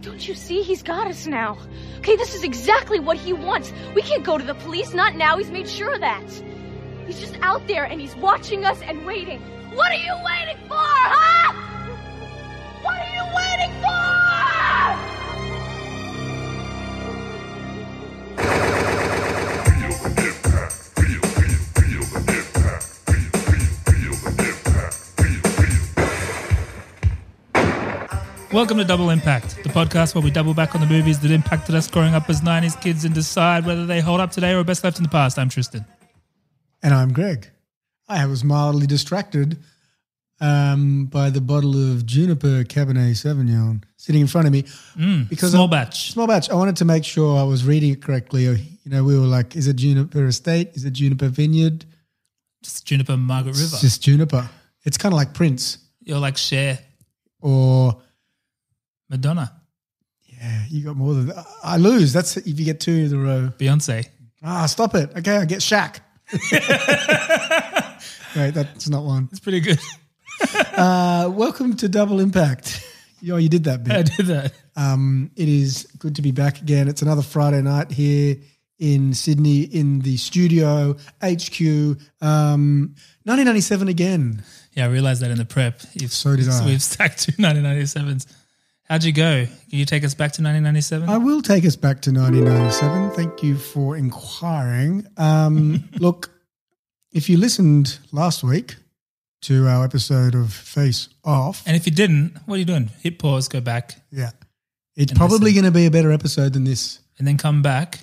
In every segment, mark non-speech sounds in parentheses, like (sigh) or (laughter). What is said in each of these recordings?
Don't you see? He's got us now. Okay, this is exactly what he wants. We can't go to the police. Not now. He's made sure of that. He's just out there and he's watching us and waiting. What are you waiting for, huh? What are you waiting for? Welcome to Double Impact, the podcast where we double back on the movies that impacted us growing up as 90s kids and decide whether they hold up today or are best left in the past. I'm Tristan. And I'm Greg. I was mildly distracted um, by the bottle of Juniper Cabernet Sauvignon sitting in front of me because Small I- batch. Small batch. I wanted to make sure I was reading it correctly. You know, we were like, is it Juniper Estate? Is it Juniper Vineyard? Just Juniper and Margaret River. It's just Juniper. It's kind of like Prince You're like Cher, or Madonna, yeah, you got more than I lose. That's if you get two in a row. Beyonce. Ah, stop it. Okay, I get Shaq. Wait, that's not one. It's pretty good. (laughs) Uh, welcome to Double Impact. (laughs) Yo, you did that bit. I did that. Um, it is good to be back again. It's another Friday night here in Sydney in the studio HQ. Um, 1997 again. Yeah, I realized that in the prep. You've, So did I. We've stacked two (laughs) 1997s. How'd you go? Can you take us back to 1997? I will take us back to 1997. Thank you for inquiring. (laughs) Um, look, if you listened last week to our episode of Face Off, and if you didn't, what are you doing? Hit pause, go back, yeah, it's And probably going to be a better episode than this. and then come back.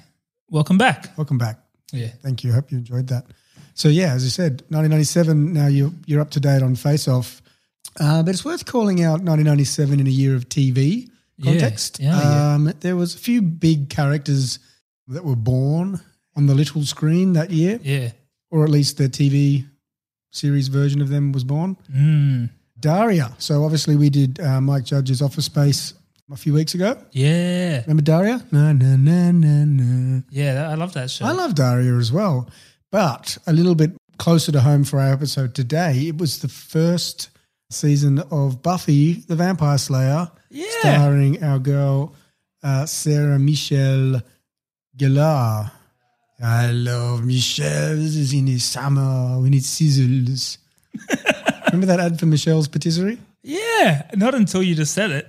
Welcome back. Welcome back. Yeah. Thank you. Hope you enjoyed that. So yeah, as I said, 1997. Now you you're up to date on Face Off, uh, but it's worth calling out 1997 in a year of TV Yeah, context. yeah, yeah. um, There was a few big characters that were born on the little screen that year, Yeah. or at least the TV series version of them was born. Mm. Daria. So obviously we did uh, Mike Judge's Office Space a few weeks ago. Yeah. Remember Daria? Na na na na na. Yeah, that, I love that show. I love Daria as well, but a little bit closer to home for our episode today. It was the first season of Buffy the Vampire Slayer, Yeah. starring our girl uh, Sarah Michelle Gellar. I love Michelle. This is in the summer when it sizzles. Remember that ad for Michelle's patisserie? Yeah, not until you just said it.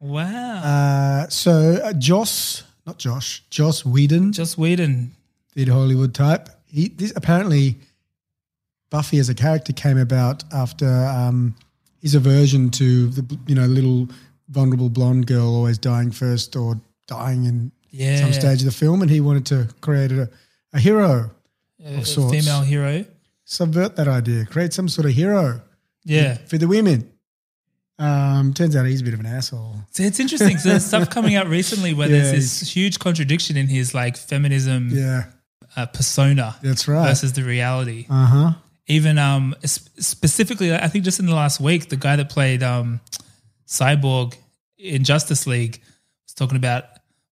Wow. Uh, so uh, Joss, not Josh, Joss Whedon. Just Whedon. did Hollywood type. He this apparently Buffy as a character came about after um, his aversion to the you know little vulnerable blonde girl always dying first or dying in Yeah. some stage of the film, and he wanted to create a, a hero, A- a sorts. Uh, female hero. subvert that idea, create some sort of hero Yeah. for the women. Um, turns out he's a bit of an asshole. So it's interesting. So there's stuff coming (laughs) out recently where Yeah, there's this huge contradiction in his like feminism Yeah, uh, persona that's right. versus the reality. Uh huh. Even um s- specifically, I think just in the last week, the guy that played um Cyborg in Justice League was talking about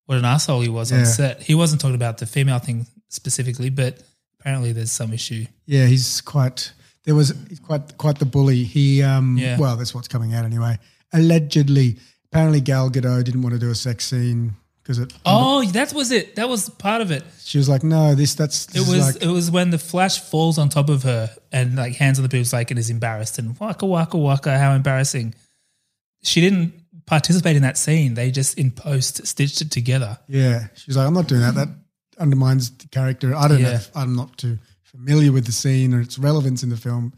what an asshole he was Yeah. on set. He wasn't talking about the female thing specifically, but apparently there's some issue. Yeah, he's quite. There was he's quite quite the bully. He um. Yeah. Well, that's what's coming out anyway. Allegedly, apparently Gal Gadot didn't want to do a sex scene because it. Oh, that was it. That was part of it. She was like, no, this that's. It This is was like, it was when the Flash falls on top of her and like hands on the boobs like and is embarrassed and waka waka waka. How embarrassing! She didn't participate in that scene. They just in post stitched it together. yeah, she was like, I'm not doing that. That undermines the character. I don't know. Yeah. If I'm not too familiar with the scene or its relevance in the film.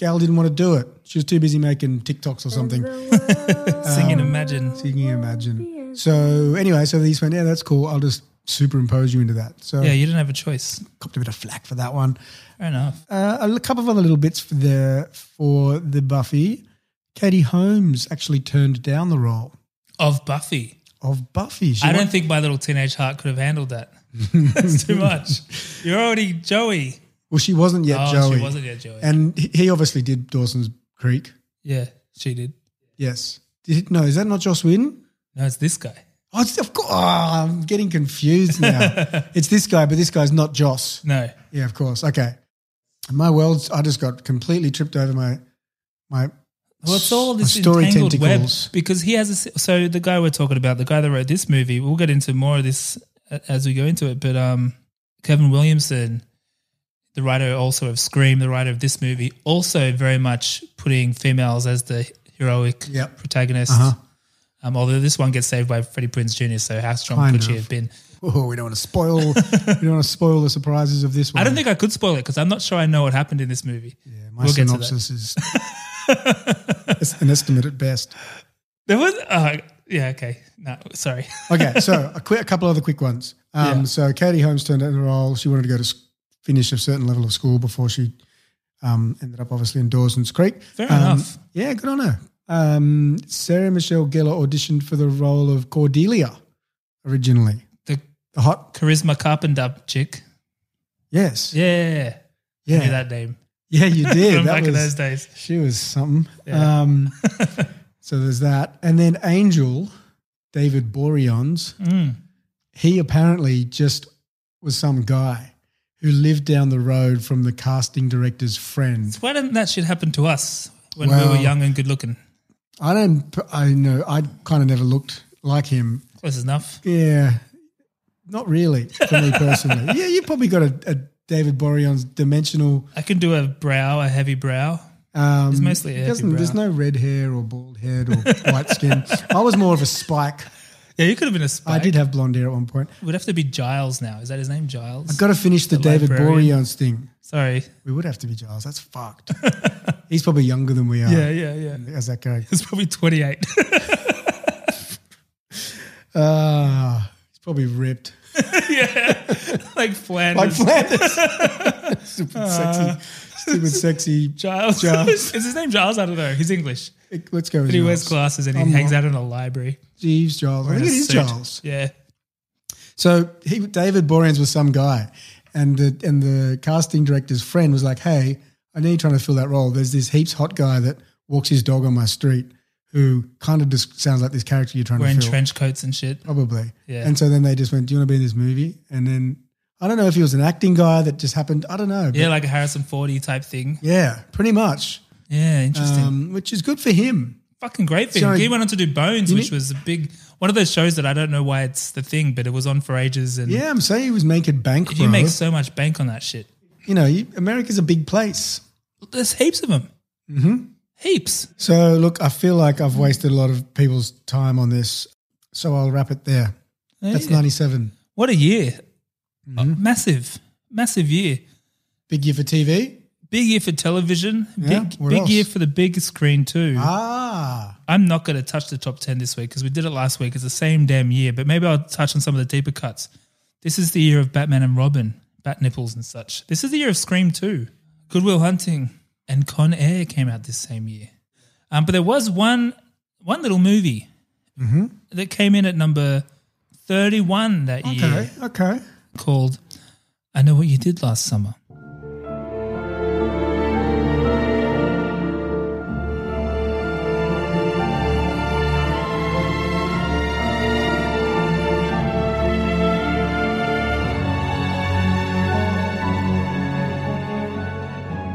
Gal didn't want to do it. She was too busy making TikToks or something. Um, Singing, imagine. So you (laughs) can imagine. So anyway, so these went, yeah, that's cool. I'll just superimpose you into that. So Yeah, you didn't have a choice. copped a bit of flack for that one. Fair enough. Uh, a l- couple of other little bits for the for the Buffy. Katie Holmes actually turned down the role Of Buffy, of Buffy. She I wa- don't think my little teenage heart could have handled (laughs) that. That's too much. You're already Joey. well, she wasn't yet oh, Joey, she wasn't yet Joey. and he he obviously did Dawson's Creek. yeah, she did. Yes, did he, no, is that not Joss Whedon? No, it's this guy. Oh, it's, of course, I'm getting (laughs) confused now. it's this guy, but this guy's not Joss. No, Yeah, of course. Okay, my world's I just got completely tripped over my my Well, it's all this Story entangled tentacles. web because he has a. s- So the guy we're talking about, the guy that wrote this movie, we'll get into more of this a- as we go into it. But um, Kevin Williamson, the writer also of Scream, the writer of this movie, also very much putting females as the heroic Yep. Uh-huh. protagonists. Um, although this one gets saved by Freddie Prinze Jr., so how strong Kind could she of. have been? (laughs) Oh, we don't want to spoil. we don't want to spoil the surprises of this one. I don't think I could spoil it because I'm not sure I know what happened in this movie. Yeah, my We'll get to that. (laughs) synopsis is it's an estimate at best. There was, uh, yeah, okay, no, sorry. (laughs) Okay, so a, quick, a couple other quick ones. Um, Yeah. So Katie Holmes turned down the role. She wanted to go to s- finish a certain level of school before she um, ended up obviously in Dawson's Creek. Fair Um, enough. Yeah, good on her. Um, Sarah Michelle Gellar auditioned for the role of Cordelia originally. The The hot, charisma carpenter chick. yes, Yeah, I yeah, knew that name yeah, (laughs) you from did. back that in those was, days. she was something. Yeah. Um, (laughs) so there's that, and then Angel, David Boreons. Mm. he apparently just was some guy who lived down the road from the casting director's friend. Why didn't that shit happen to us when we Well- were young and good looking? I don't, I know, I kind of never looked like him. Close enough. Yeah, not really for me personally. (laughs) yeah, you probably got a, a David Boreanaz dimensional. I can do a brow, a heavy brow. Um, It's mostly a he heavy doesn't, There's brow. no red hair or bald head or white skin. I was more of a spike. Yeah, you could have been a I spike. did have blonde hair at one point. Would have to be Giles now. Is that his name, Giles? I've got Uh, to finish the, The David librarian. Boreanaz thing. Sorry. We would have to be Giles. That's fucked. He's probably younger than we are. Yeah, yeah, yeah. As that character. It's probably twenty eight. Uh, he's probably ripped. (laughs) like (laughs) Like Flanders. Flanders. Stupid sexy. Stupid sexy. Giles. Giles. (laughs) Is his name Giles? I don't know. He's English. Let's go with But he wears Giles. glasses and he I'm hangs not- out in a library. Jeeves Giles. I think it in a is suit. Giles. Yeah. So he, David Boreans was some guy. And the, and the casting director's friend was like, hey, I know you're trying to fill that role. There's this heaps hot guy that walks his dog on my street who kind of just sounds like this character you're trying Wearing to fill. trench coats and shit. Probably. Yeah. And so then they just went, do you want to be in this movie? And then I don't know if he was an acting guy that just happened. I don't know. but Yeah, like a Harrison Forty type thing. yeah, pretty much. Yeah, interesting. um, which is good for him. Fucking great thing. So- he went on to do Bones, which need- was a big one of those shows that I don't know why it's the thing, but it was on for ages. And Yeah, I'm saying he was making bank, bro. you make so much bank on that shit. you know, you, America's a big place. There's heaps of them. Mm-hmm. Heaps. So look, I feel like I've wasted a lot of people's time on this, so I'll wrap it there. That's Mm-hmm. Yeah. 97. What a year! Uh, massive, massive year. Big year for TV. Big year for television. Yeah, big what big else? year for the big screen too. Ah, I'm not going to touch the top 10 this week because we did it last week. It's the same damn year, but maybe I'll touch on some of the deeper cuts. This is the year of Batman and Robin, Bat Nipples and such. This is the year of Scream 2, Goodwill Hunting, and Con Air came out this same year. Um, but there was one one little movie that came in at number 31 that year okay, okay. called I Know What You Did Last Summer.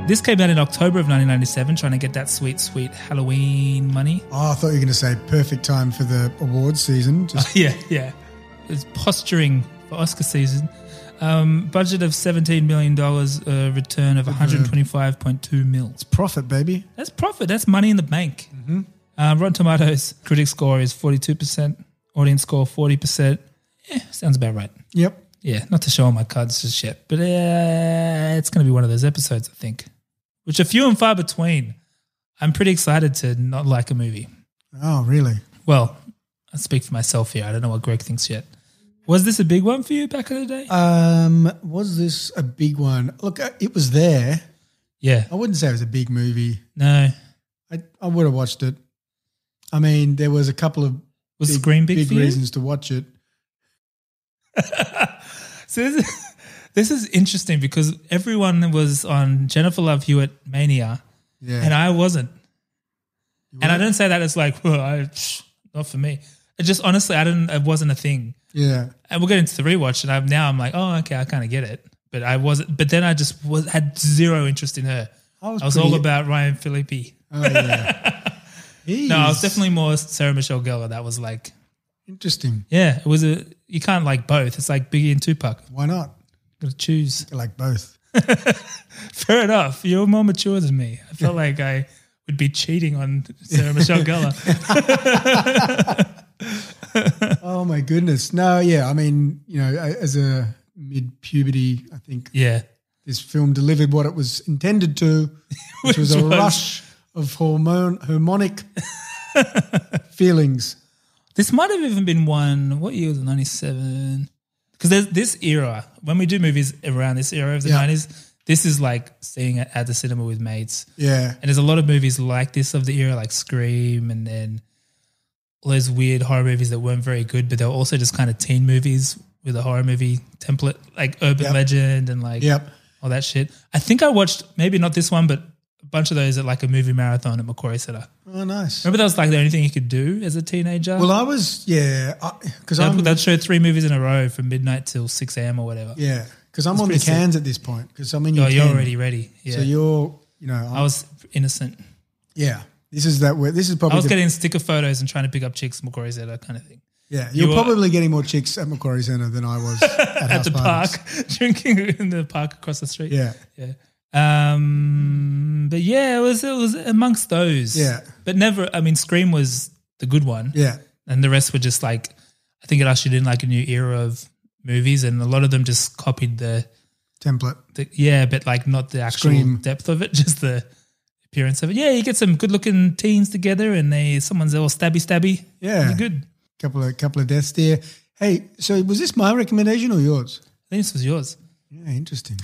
This came out in October of 1997, trying to get that sweet, sweet Halloween money. Oh, I thought you were going to say perfect time for the awards (laughs) season. Just Yeah, yeah. It's posturing for Oscar season. Um, budget of seventeen million dollars, uh, return of one hundred twenty-five point two mils. profit, baby. That's profit. That's money in the bank. Uh, Rotten Tomatoes critic score is forty-two percent. Audience score forty percent. Yeah, sounds about right. Yep. Yeah, not to show all my cards just yet, but uh, it's going to be one of those episodes, I think, which are few and far between. I'm pretty excited to not like a movie. Oh, really? Well, I speak for myself here. I don't know what Greg thinks yet. Was this a big one for you back in the day? Um, was this a big one? Look, uh, it was there. yeah. I wouldn't say it was a big movie. No. I, I would have watched it. I mean, there was a couple of Was Scream big, for you? reasons to watch it. So (laughs) this is, this is interesting because everyone was on Jennifer Love Hewitt Mania, Yeah, and I wasn't. You And I weren't? don't say that as like, (laughs) well, I, psh, not for me. It just honestly, I didn't. It wasn't a thing. yeah, And we'll get into the rewatch, and I'm now I'm like, oh, okay, I kind of get it. But I wasn't. But then I just was had zero interest in her. I was I was pretty- all about Ryan Phillippe. oh, yeah. (laughs) Jeez. No, it was definitely more Sarah Michelle Gellar. That was like, interesting. yeah, it was a. You can't like both. It's like Biggie and Tupac. Why not? Got to choose. (laughs) I like both. Fair enough. You're more mature than me. I felt like I would be cheating on Sarah Michelle Gellar. Oh my goodness. No, yeah. I mean, you know, a- as a mid puberty, I think Yeah, this film delivered what it was (laughs) intended to, Which which, was a was- rush of hormone (laughs) harmonic feelings. this might have even been one. What year was it? Ninety seven. Because there's this era when we do movies around this era of the Yeah. nineties. This is like seeing it at the cinema with mates. Yeah. And there's a lot of movies like this of the era, like Scream, and then all those weird horror movies that weren't very good, but they were also just kind of teen movies with a horror movie template, like Urban Yep. Legend and like Yep. all that shit. I think I watched maybe not this one, but a bunch of those at like a movie marathon at Macquarie Centre. Oh, nice. Remember that was like the only thing you could do as a teenager. Well, um, I was, yeah, because that, I'm, that showed three movies in a row from midnight till six a.m. or whatever. yeah, because I'm on the pretty sick. cans at this point. Because I'm in Oh, your you're already ready. Yeah, So you're, you know, I was innocent. yeah. This is that. Where, this is I probably. was the- getting sticker photos and trying to pick up chicks, Macquarie Centre kind of thing. yeah, you you're were- probably getting more chicks at Macquarie Centre than (laughs) I was at, at house the parties. park, (laughs) drinking in the park across the street. Yeah, yeah. Um, but yeah, it was it was amongst those. Yeah. but never. I mean, Scream was the good one, yeah, and the rest were just like. I think it ushered in like a new era of movies, and a lot of them just copied the, template. the yeah, but like not the actual Scream. depth of it, (laughs) just the appearance of it. Yeah, you get some good-looking teens together, and they someone's all stabby stabby. Yeah. They're good. Couple of couple of deaths there. Hey, so was this my recommendation or yours? I think this was yours. Yeah, interesting.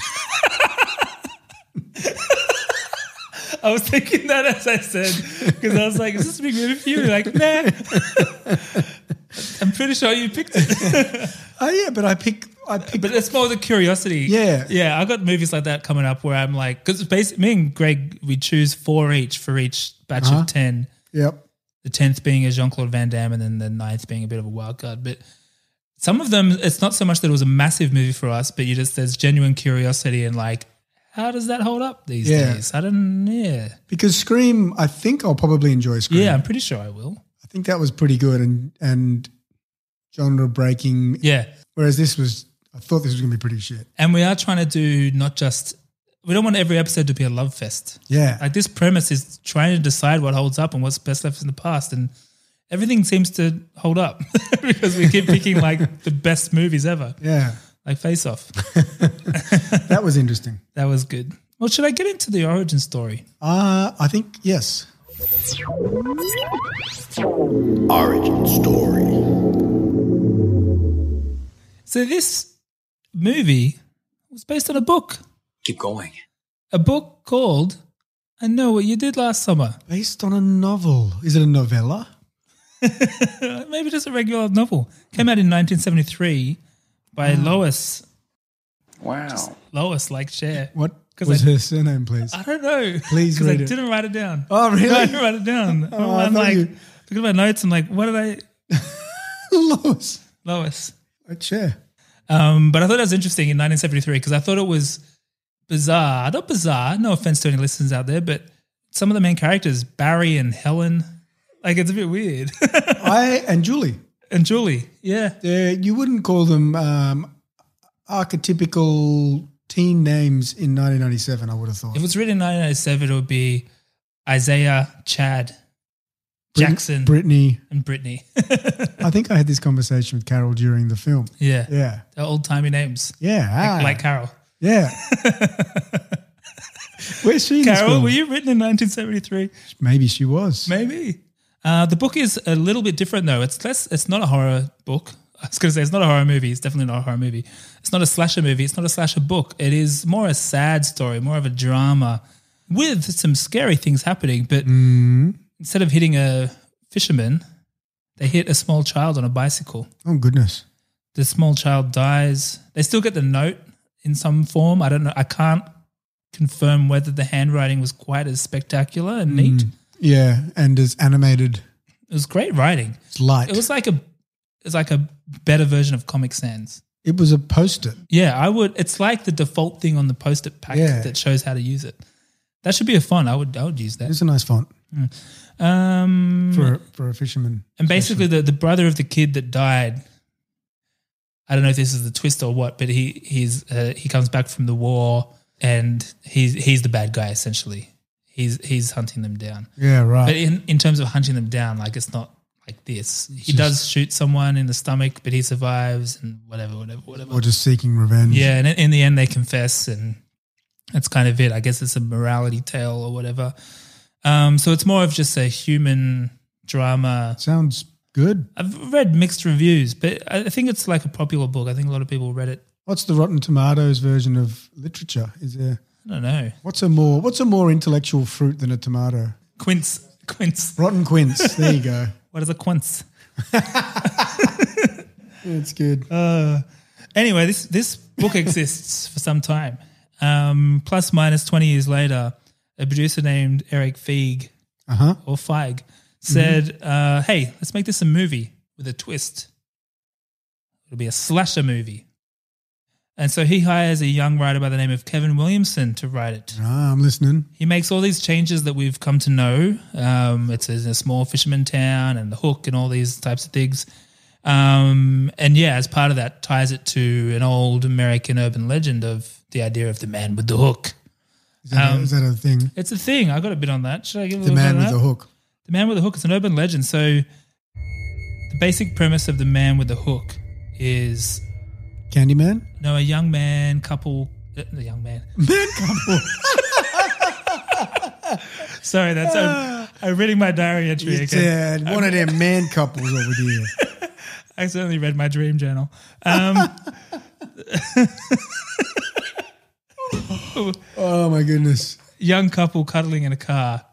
I was thinking that as I said, because I was like, is this a big movie for you? You're like, nah. I'm pretty sure you picked it. (laughs) Oh yeah, but I pick I pick But uh, it's more the curiosity. Yeah. Yeah. I've got movies like that coming up where I'm like, because basically, me and Greg, we choose four each for each batch Uh-huh. of 10. Yep. The 10th being a Jean Claude Van Damme, and then the ninth being a bit of a wild card. But some of them, it's not so much that it was a massive movie for us, but you just, there's genuine curiosity and like, how does that hold up these Yeah. days? I don't, yeah. Because Scream, I think I'll probably enjoy Scream. Yeah, I'm pretty sure I will. I think that was pretty good and and genre breaking. Yeah. Whereas this was I thought this was gonna be pretty shit. And we are trying to do not just, we don't want every episode to be a love fest. Yeah. Like this premise is trying to decide what holds up and what's best left in the past. And everything seems to hold up (laughs) because we keep picking like the best movies ever, yeah. like Face Off. That was interesting. That was good. Well, should I get into the origin story? Uh I think yes. Origin story. So this movie was based on a book, Keep going. a book called I Know What You Did Last Summer. Based on a novel. Is it a novella? Maybe just a regular novel. Came out in 1973 by Lois. Wow. Lois, like Cher. What 'Cause was I- her surname, please? I don't know. Please because I read it. didn't write it down. Oh, really? No, I didn't write it down. (laughs) Oh, I I'm thought like, you- look at my notes. I'm like, what did I, Lois. (laughs) Lois? A chair. Um, but I thought that was interesting in 1973 because I thought it was bizarre. Not bizarre. No offense to any listeners out there, but some of the main characters, Barry and Helen, like it's a bit weird. (laughs) I and Julie. and Julie, yeah, They're, you wouldn't call them um, archetypical teen names in 1997, I would have thought. if it was written in 1997, it would be Isaiah, Chad, Brit- Jackson, Brittany. and Brittany. (laughs) I think I had this conversation with Carol during the film. yeah, Yeah. they're old timey names, Yeah. ah, like Carol. yeah. (laughs) Where's she in this Carol, film? were you written in 1973? Maybe she was. Maybe. Uh, the book is a little bit different though. It's less. It's not a horror book. (laughs) I was going to say it's not a horror movie. It's definitely not a horror movie. It's not a slasher movie. It's not a slasher book. It is more a sad story, more of a drama, with some scary things happening. But instead of hitting a fisherman, they hit a small child on a bicycle. Oh, goodness. The small child dies. They still get the note in some form. I don't know. I can't confirm whether the handwriting was quite as spectacular and neat. Mm. Yeah. And it's animated. It was great writing. It's light. It was like a it's like a better version of Comic Sans. it was a post-it. Yeah, I would it's like the default thing on the post-it pack Yeah. that shows how to use it. That should be a fun. I would I would use that. It's a nice font. Um, for for a fisherman. and basically, the, the brother of the kid that died. I don't know if this is the twist or what, but he he's uh, he comes back from the war and he's he's the bad guy essentially. He's he's hunting them down. Yeah, But right. in, in terms of hunting them down, like it's not like this. He Just- does shoot someone in the stomach, but he survives and whatever, whatever, whatever. Or just seeking revenge. Yeah, and in- in the end, they confess, and that's kind of it. I guess it's a morality tale or whatever. Um, so it's more of just a human drama. Sounds good. I've read mixed reviews, but I I think it's like a popular book. I think a lot of people read it. What's the Rotten Tomatoes version of literature? Is there I don't know. what's a more what's a more intellectual fruit than a tomato? Quince, quince. Rotten quince. there you (laughs) go. What is a quince? It's good. Anyway, this this book exists for some time. Um, plus minus twenty years later, a producer named Eric Feig Uh-huh. or Feig said, uh, "Hey, let's make this a movie with a twist. It'll be a slasher movie." And so he hires a young writer by the name of Kevin Williamson to write it. Ah, I'm listening. He makes all these changes that we've come to know. Um, it's in a small fisherman town and the hook and all these types of things. Um, and yeah, as part of that, ties it to an old American urban legend of the idea of the man with the hook. Is that, Um, a, is that a thing? It's a thing. I got a bit on that. Should I give a The little man bit with on the that? hook. The man with the hook is an urban legend. So the basic premise of the man with the hook is Candyman? you know, a young man couple. uh, A young (laughs) man. Man couple. (laughs) Sorry, that's I'm, I'm reading my diary entry It's, again. uh, one of them man (laughs) couples over here. I accidentally read my dream journal. Oh my goodness. Young couple cuddling in a car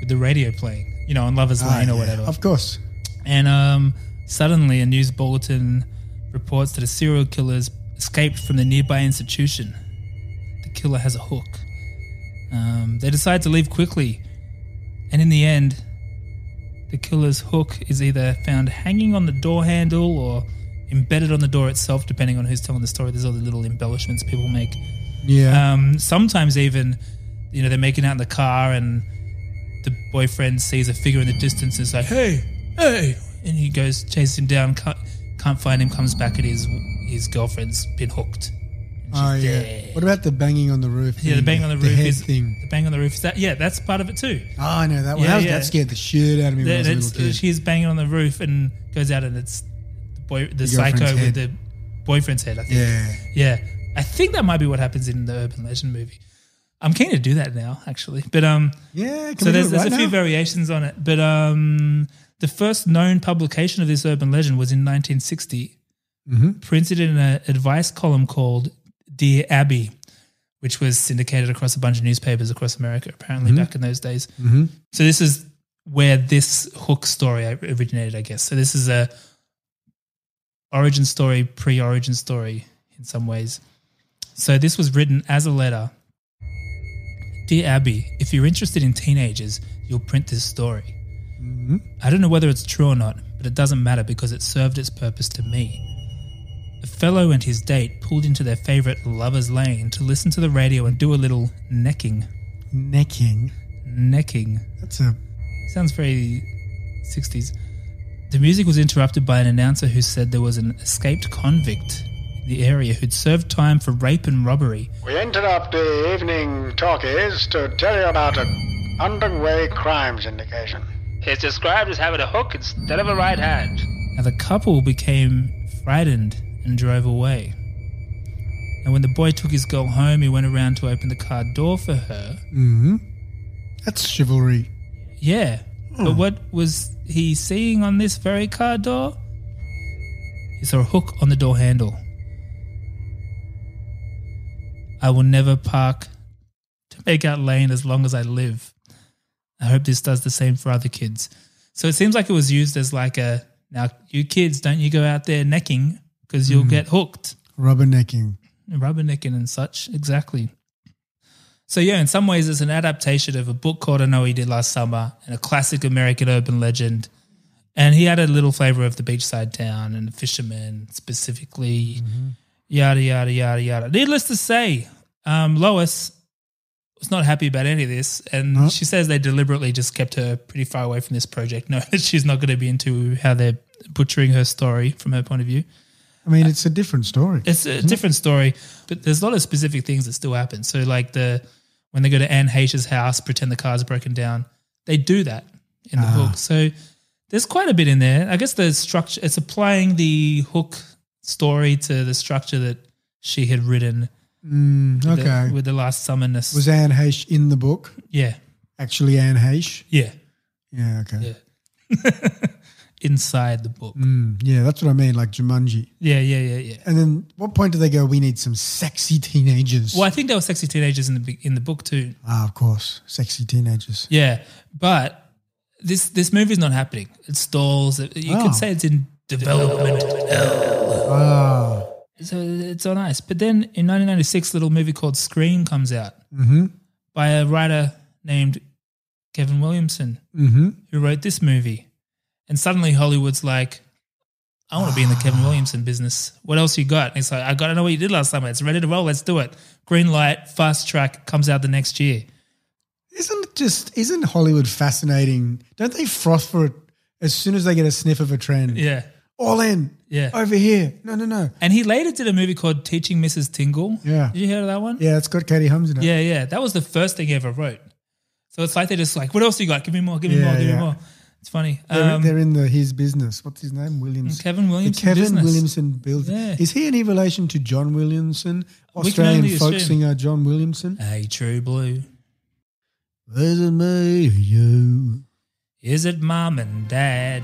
with the radio playing, you know, on Lover's Lane or Ah, Yeah, whatever. Of course. And um, suddenly, a news bulletin reports that a serial killer has escaped from the nearby institution. The killer has a hook. Um, they decide to leave quickly, and in the end, the killer's hook is either found hanging on the door handle or embedded on the door itself, depending on who's telling the story. There's all the little embellishments people make. Yeah. Um, sometimes even, you know, they're making out in the car and the boyfriend sees a figure in the distance and is like, hey, hey. And he goes, chases him down, can't, can't find him, comes back and his, his girlfriend's been hooked. oh yeah. dead. What about the banging on the roof? Yeah, the thing? bang on the, the roof head is thing. the bang on the roof. Is that yeah? That's part of it too. Oh, I know that one. Yeah, that, was- yeah. uh, that scared the shit out of me when I was a Then little it's- kid. she's banging on the roof and goes out, and it's the boy, the, psycho girlfriend's with head. the boyfriend's head. I think. yeah. Yeah, I think that might be what happens in the urban legend movie. I'm keen to do that now, actually. But um, Yeah. Can so we there's, do it there's right a few now? variations on it, but um, the first known publication of this urban legend was in 1960, Mm-hmm. printed in an advice column called "Dear Abby," which was syndicated across a bunch of newspapers across America, apparently Mm-hmm. back in those days. So this is where this hook story originated, I guess. So this is a origin story, pre-origin story in some ways. So this was written as a letter Dear Abby, if you're interested in teenagers, you'll print this story. I don't know whether it's true or not, but it doesn't matter because it served its purpose to me. A fellow and his date pulled into their favourite lover's lane to listen to the radio and do a little necking. necking. Necking. That's a Sounds very 60s. The music was interrupted by an announcer who said there was an escaped convict in the area who'd served time for rape and robbery. We interrupt the evening talkies to tell you about an underway crime syndication. He's described as having a hook instead of a right hand. Now the couple became frightened and drove away. And when the boy took his girl home, he went around to open the car door for her. mm-hmm. that's chivalry. Yeah. But what was he seeing on this very car door? He saw a hook on the door handle. I will never park to make out lane as long as I live. I hope this does the same for other kids. So it seems like it was used as like a now you kids don't you go out there necking because you'll get hooked Rubber necking. rubbernecking and such. Exactly. So yeah, in some ways, it's an adaptation of a book called I Know He Did Last Summer and a classic American urban legend. And he had a little flavor of the beachside town and the fishermen specifically. Yada yada yada yada. Needless to say, um, Lois was not happy about any of this, and she says they deliberately just kept her pretty far away from this project, (laughs) knowing that she's not going to be into how they're butchering her story from her point of view. I mean, it's a different story. It's a different story, but there's a lot of specific things that still happen. So, like the when they go to Anne H's house, pretend the car's broken down, they do that in Ah. the book. So, there's quite a bit in there. I guess the structure it's applying the hook story to the structure that she had written with the- Mm, okay. with the last summonness. Was Anne Heche in the book? yeah, Actually, Anne Heche? yeah, Yeah, okay. Yeah. inside the book. Mm. Hmm. that's what I mean, like Jumanji. Yeah, yeah, yeah, yeah. And then what point do they go, we need some sexy teenagers? Well, I think there were sexy teenagers in the be- in the book too. Ah, of course, sexy teenagers. Yeah, but this this movie's not happening. It stalls. You Oh. could say it's in development. Ah, So it's on ice. But then in 1996, a little movie called Scream comes out Mm-hmm. by a writer named Kevin Williamson, Mm-hmm. who wrote this movie. And suddenly Hollywood's like, I want to be in the Kevin Williamson business. What else you got? And it's like, I got to know what you did last summer. It's ready to roll. Let's do it. Green light, fast track comes out the next year. isn't it just isn't Hollywood fascinating? Don't they froth for it as soon as they get a sniff of a trend? Yeah. all in. Yeah. over here. No, no, no. And he later did a movie called Teaching Mrs. Tingle. Yeah. Did you hear of that one? Yeah, it's got Katie Holmes in it. Yeah, yeah. That was the first thing he ever wrote. So it's like they're just like, what else you got? Give me more, give me Yeah, more, give yeah. me more. It's funny. They're, Um, they're in the his business. What's his name? Williams. Kevin Williamson The Kevin business. Williamson building. Yeah. Is he any relation to John Williamson, can Australian only folk assume. singer John Williamson? hey, True Blue. There's a me, you. Is it mom and dad?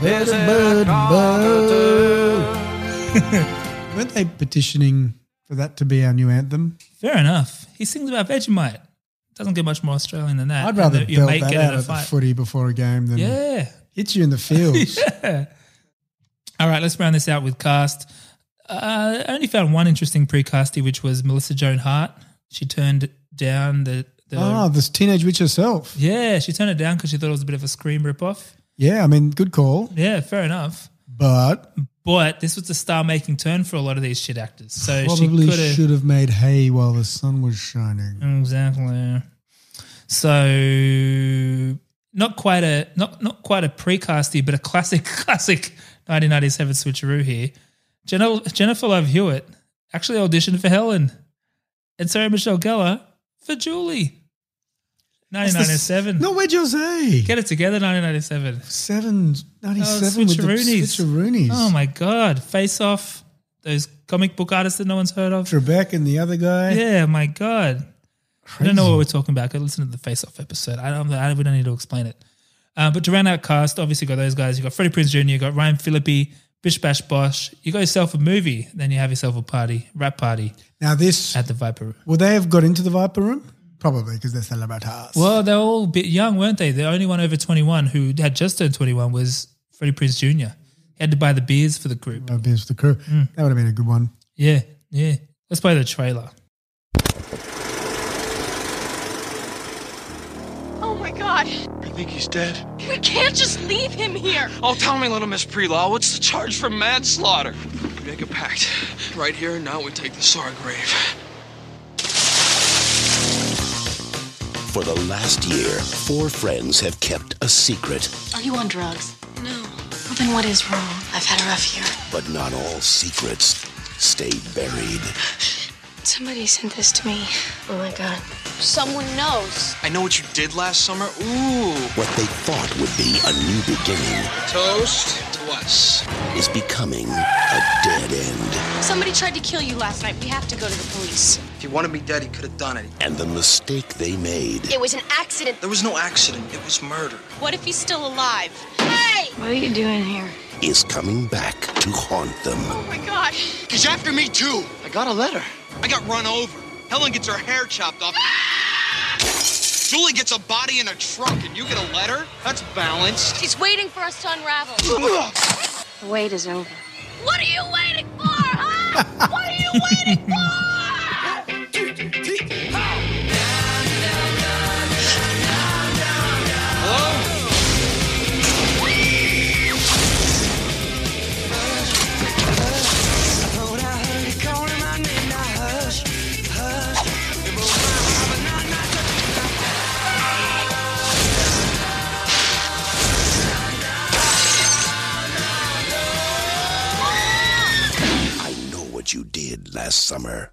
There's a bird, bird. (laughs) Weren't they petitioning for that to be our new anthem? Fair enough. He sings about Vegemite. Doesn't get much more Australian than that. I'd rather And your belt mate that get in out a at the fight. footy before a game than Yeah. hit you in the fields. (laughs) All right, let's round this out with cast. Uh, I only found one interesting pre-casty, which was Melissa Joan Hart. She turned down the. the Ah, this teenage witch herself. Yeah, she turned it down because she thought it was a bit of a Scream ripoff. Yeah, I mean, good call, Yeah, fair enough. but But this was the star-making turn for a lot of these shit actors. So probably she could have should have made hay while the sun was shining. exactly. So not quite a not not quite a precasty, but a classic (laughs) classic 1997 switcheroo here. Jen- Jennifer Love Hewitt actually auditioned for Helen, and Sarah Michelle Gellar for Julie. 1997. No, where'd you say? Get it together, 1997. Seven ninety-seven Oh, with the switcheroonies. switcheroonies. Oh my god, Face Off, those comic book artists that no one's heard of. Trebek and the other (laughs) guy. Yeah, my god. I don't know what we're talking about. Go listen to the Face Off episode. I don't. I, we don't need to explain it. Uh, but to round out cast, obviously you got those guys. You got Freddie Prinze Jr. You got Ryan Philippi, Bish Bash Bosh. You got yourself a movie, then you have yourself a party, rap party Now this, at the Viper Room. would they have got into the Viper Room? Probably because they're celebritas. Well, they're all a bit young, weren't they? The only one over twenty one who had just turned twenty one was Freddie Prinze Jr. He had to buy the beers for the group. Obvious the crew. Hmm. That would have been a good one. Yeah, yeah. Let's play the trailer. Oh my god. You think he's dead? We can't just leave him here. Oh, tell me, little Miss Prelaw, what's the charge for manslaughter? We make a pact. Right here and now, we take the sorry grave. For the last year, four friends have kept a secret, Are you on drugs? No. Well, then what is wrong? I've had a rough year. but not all secrets stay buried. Somebody sent this to me. Oh my god. Someone knows. I know what you did last summer. Ooh. What they thought would be a new beginning Toast to us. is becoming a dead end, Somebody tried to kill you last night. We have to go to the police. If he wanted me dead, he could have done it. and the mistake they made It was an accident. There was no accident, it was murder. What if he's still alive? Hey! What are you doing here? is coming back to haunt them. Oh my god. He's after me, too. I got a letter. I got run over. Helen gets her hair chopped off. Ah! Julie gets a body in a truck, and you get a letter? That's balanced. She's waiting for us to unravel. The wait is over. What are you waiting (laughs) for, huh? what are you waiting for? Hello? what you did last summer.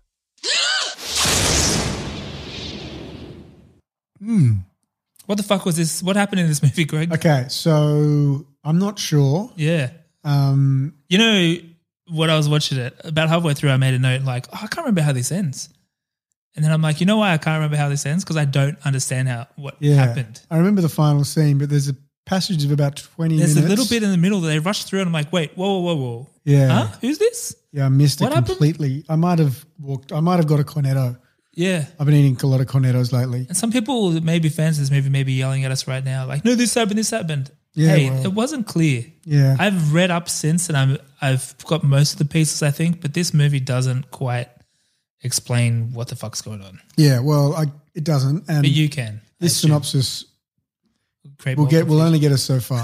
What the fuck was this? What happened in this movie, Greg? Okay, so I'm not sure. Yeah. Um, You know, when I was watching it, about halfway through, I made a note like, oh, I can't remember how this ends. And then I'm like, you know why I can't remember how this ends? Because I don't understand how what yeah, happened. I remember the final scene, but there's a passage of about 20 There's minutes. a little bit in the middle that they rush through, and I'm like, wait, whoa, whoa, whoa, whoa. Yeah. Huh? Who's this? Yeah, I missed What it happened? completely. I might have walked. I might have got a cornetto. Yeah. I've been eating a lot of cornettos lately. And some people that may be fans of this movie may be yelling at us right now, like, no, this happened, this happened. Yeah, hey, well- it wasn't clear. Yeah. I've read up since and I'm, I've got most of the pieces, I think, but this movie doesn't quite explain what the fuck's going on. yeah. Well, I, it doesn't. And But you can. this synopsis Great We'll ball get. We'll confusion. only get us so far. (clears throat)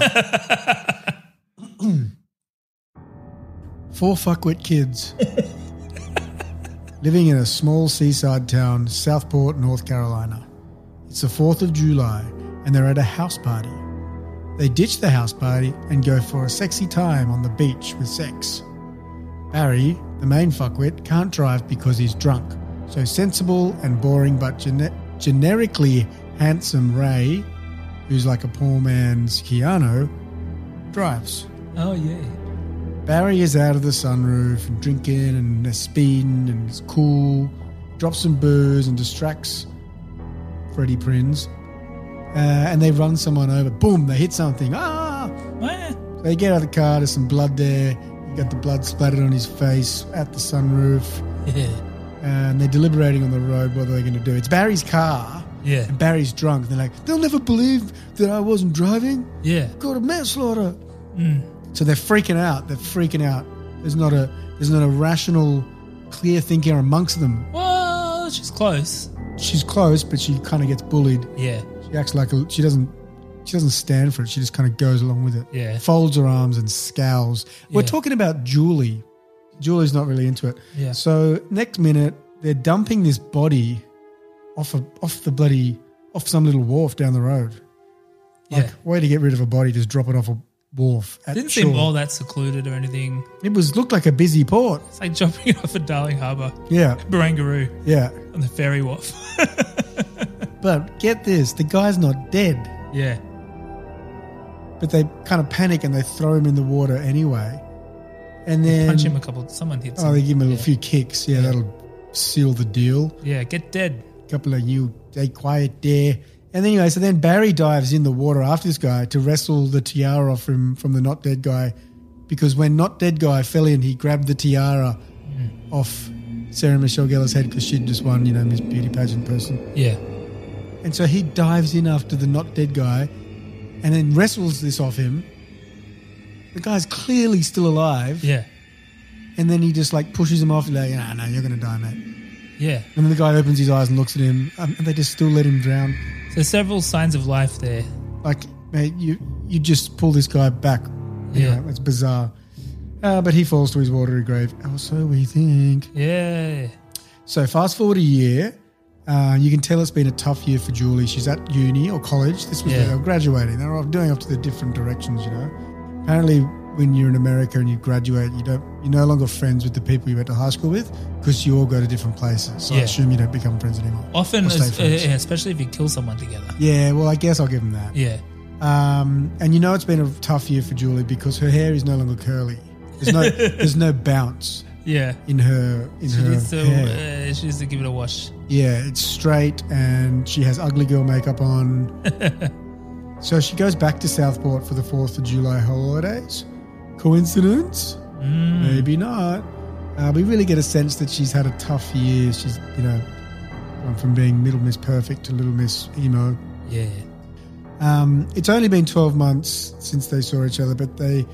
Four fuckwit kids living in a small seaside town, Southport, North Carolina. It's the Fourth of July, and they're at a house party. They ditch the house party and go for a sexy time on the beach with sex. Barry, the main fuckwit, can't drive because he's drunk. So sensible and boring, but gene- generically handsome Ray who's like a poor man's Keanu, drives. Oh, yeah. Barry is out of the sunroof and drinking and speeding and is cool, drops some booze and distracts Freddie Prinz. Uh, and they run someone over. Boom, they hit something. Ah! Well, They get out of the car, there's some blood there. You got the blood splattered on his face at the sunroof. (laughs) Yeah. And they're deliberating on the road what they're going to do. It's Barry's car. Yeah. And Barry's drunk. They're like, they'll never believe that I wasn't driving Yeah. got a manslaughter. So they're freaking out. They're freaking out. There's not a there's not a rational, clear thinker amongst them. Well, she's close. She's close, but she kind of gets bullied. Yeah. She acts like a, she doesn't she doesn't stand for it. She just kind of goes along with it. Yeah. Folds her arms and scowls. We're Yeah. talking about Julie. Julie's not really into it. Yeah. So next minute they're dumping this body off a, off the bloody off some little wharf down the road. Yeah. Way to get rid of a body, just drop it off a wharf. At Didn't shore. seem all that secluded or anything. It was looked like a busy port. It's like jumping (laughs) it off at Darling Harbour, Yeah, Barangaroo, yeah. on the ferry wharf. (laughs) But get this, the guy's not dead. yeah. But they kind of panic and they throw him in the water anyway. And then Punch him a couple. Someone hits oh, him. they give him a yeah. little few kicks. Yeah, that'll seal the deal. Yeah, get dead. couple of you stay quiet there. And anyway, so then Barry dives in the water after this guy to wrestle the tiara off him from the not dead guy, because when not dead guy fell in, he grabbed the tiara off Sarah Michelle Gellar's head because she'd just won, you know, Miss Beauty pageant person. Yeah. And so he dives in after the not dead guy and then wrestles this off him. The guy's clearly still alive. Yeah. And then he just like pushes him off, like, ah, no, you're going to die, mate. Yeah. And then the guy opens his eyes and looks at him, um, and they just still let him drown. So several signs of life there. Like, mate, you, you just pull this guy back. Yeah. Anyway, it's bizarre. Uh, but he falls to his watery grave, or so we think. Yeah. So fast forward a year, uh, you can tell it's been a tough year for Julie. She's at uni or college. This was Yeah. they were graduating. They were off doing off to the different directions, you know. Apparently, when you're in America and you graduate, you don't you're no longer friends with the people you went to high school with because you all go to different places. So I Yeah. assume you don't become friends anymore. Often, Or stay as- uh, friends. yeah, especially if you kill someone together. yeah, well, I guess I'll give them that. Yeah. Um, and you know it's been a tough year for Julie because her hair is no longer curly. (laughs) There's no there's no bounce Yeah. in her in She her needs to. hair. Uh, she needs to give it a wash. Yeah, it's straight and she has ugly girl makeup on. (laughs) so she goes back to Southport for the 4th of July holidays. Coincidence? Mm. Maybe not. Uh, we really get a sense that she's had a tough year. She's, you know, gone from being Middle Miss Perfect to Little Miss Emo. Yeah. Um, it's only been 12 months since they saw each other, but they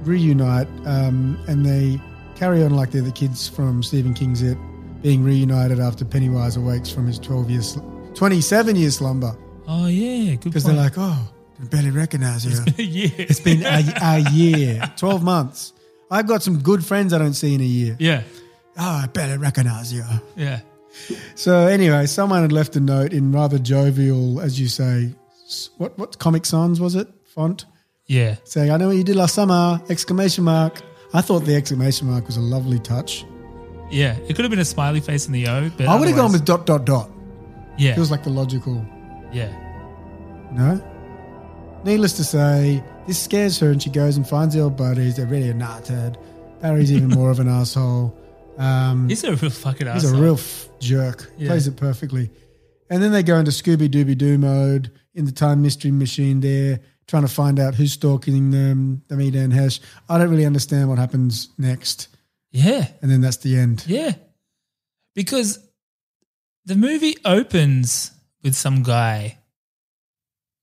reunite um, and they carry on like they're the kids from Stephen King's It, being reunited after Pennywise awakes from his 12 year, sl- 27 year slumber. Oh yeah. Good. Because point. they're like, oh, I barely recognize (laughs) you. (laughs) yeah. it's been a, a year, 12 months. I've got some good friends I don't see in a year. Yeah. Oh, I barely recognize you. Yeah. So anyway, someone had left a note in rather jovial, as you say, s- what what Comic Sans was it font? Yeah. saying, "I know what you did last summer!" Exclamation mark. I thought the exclamation mark was a lovely touch. Yeah, it could have been a smiley face in the O, but I would have gone otherwise- with dot dot dot. yeah, Feels like the logical. yeah, No. Needless to say, this scares her, and she goes and finds the old buddies. They're really a knotted. Barry's even more of an (laughs) asshole. Um, he's a real fucking He's asshole. a real f- jerk. Yeah. Plays it perfectly. And then they go into Scooby Dooby Doo mode in the time mystery machine there, trying to find out who's stalking them. They meet Anne Hesh. I don't really understand what happens next. yeah, And then that's the end. yeah, because the movie opens with some guy.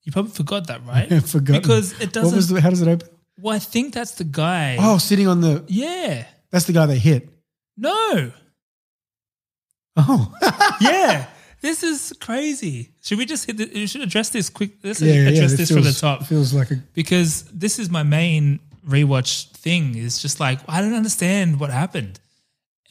You probably forgot (laughs) that, right? I forgot. because it doesn't. What was the, how does it open? well, I think that's the guy. Oh, sitting on the. yeah, That's the guy they hit. (laughs) no, Oh, yeah. This is crazy. Should we just hit? The, we should address this quick. Let's (laughs) yeah, yeah. address it this feels, from the top. Feels like a. because this is my main rewatch thing is just like I don't understand what happened.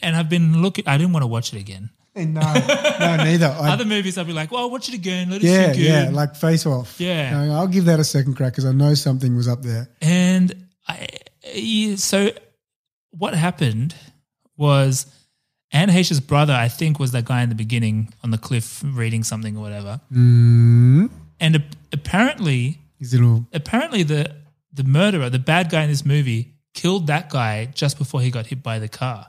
And I've been looking I didn't want to watch it again. No, no, neither. (laughs) I- Other movies I'll be like, well, watch it again, let it yeah, sink in. yeah, like face off. Yeah. No, I'll give that a second crack because I know something was up there. and I yeah, so what happened was Anne Heche's brother, I think, was that guy in the beginning on the cliff reading something or whatever. And ap- apparently His little apparently the the murderer, the bad guy in this movie, killed that guy just before he got hit by the car.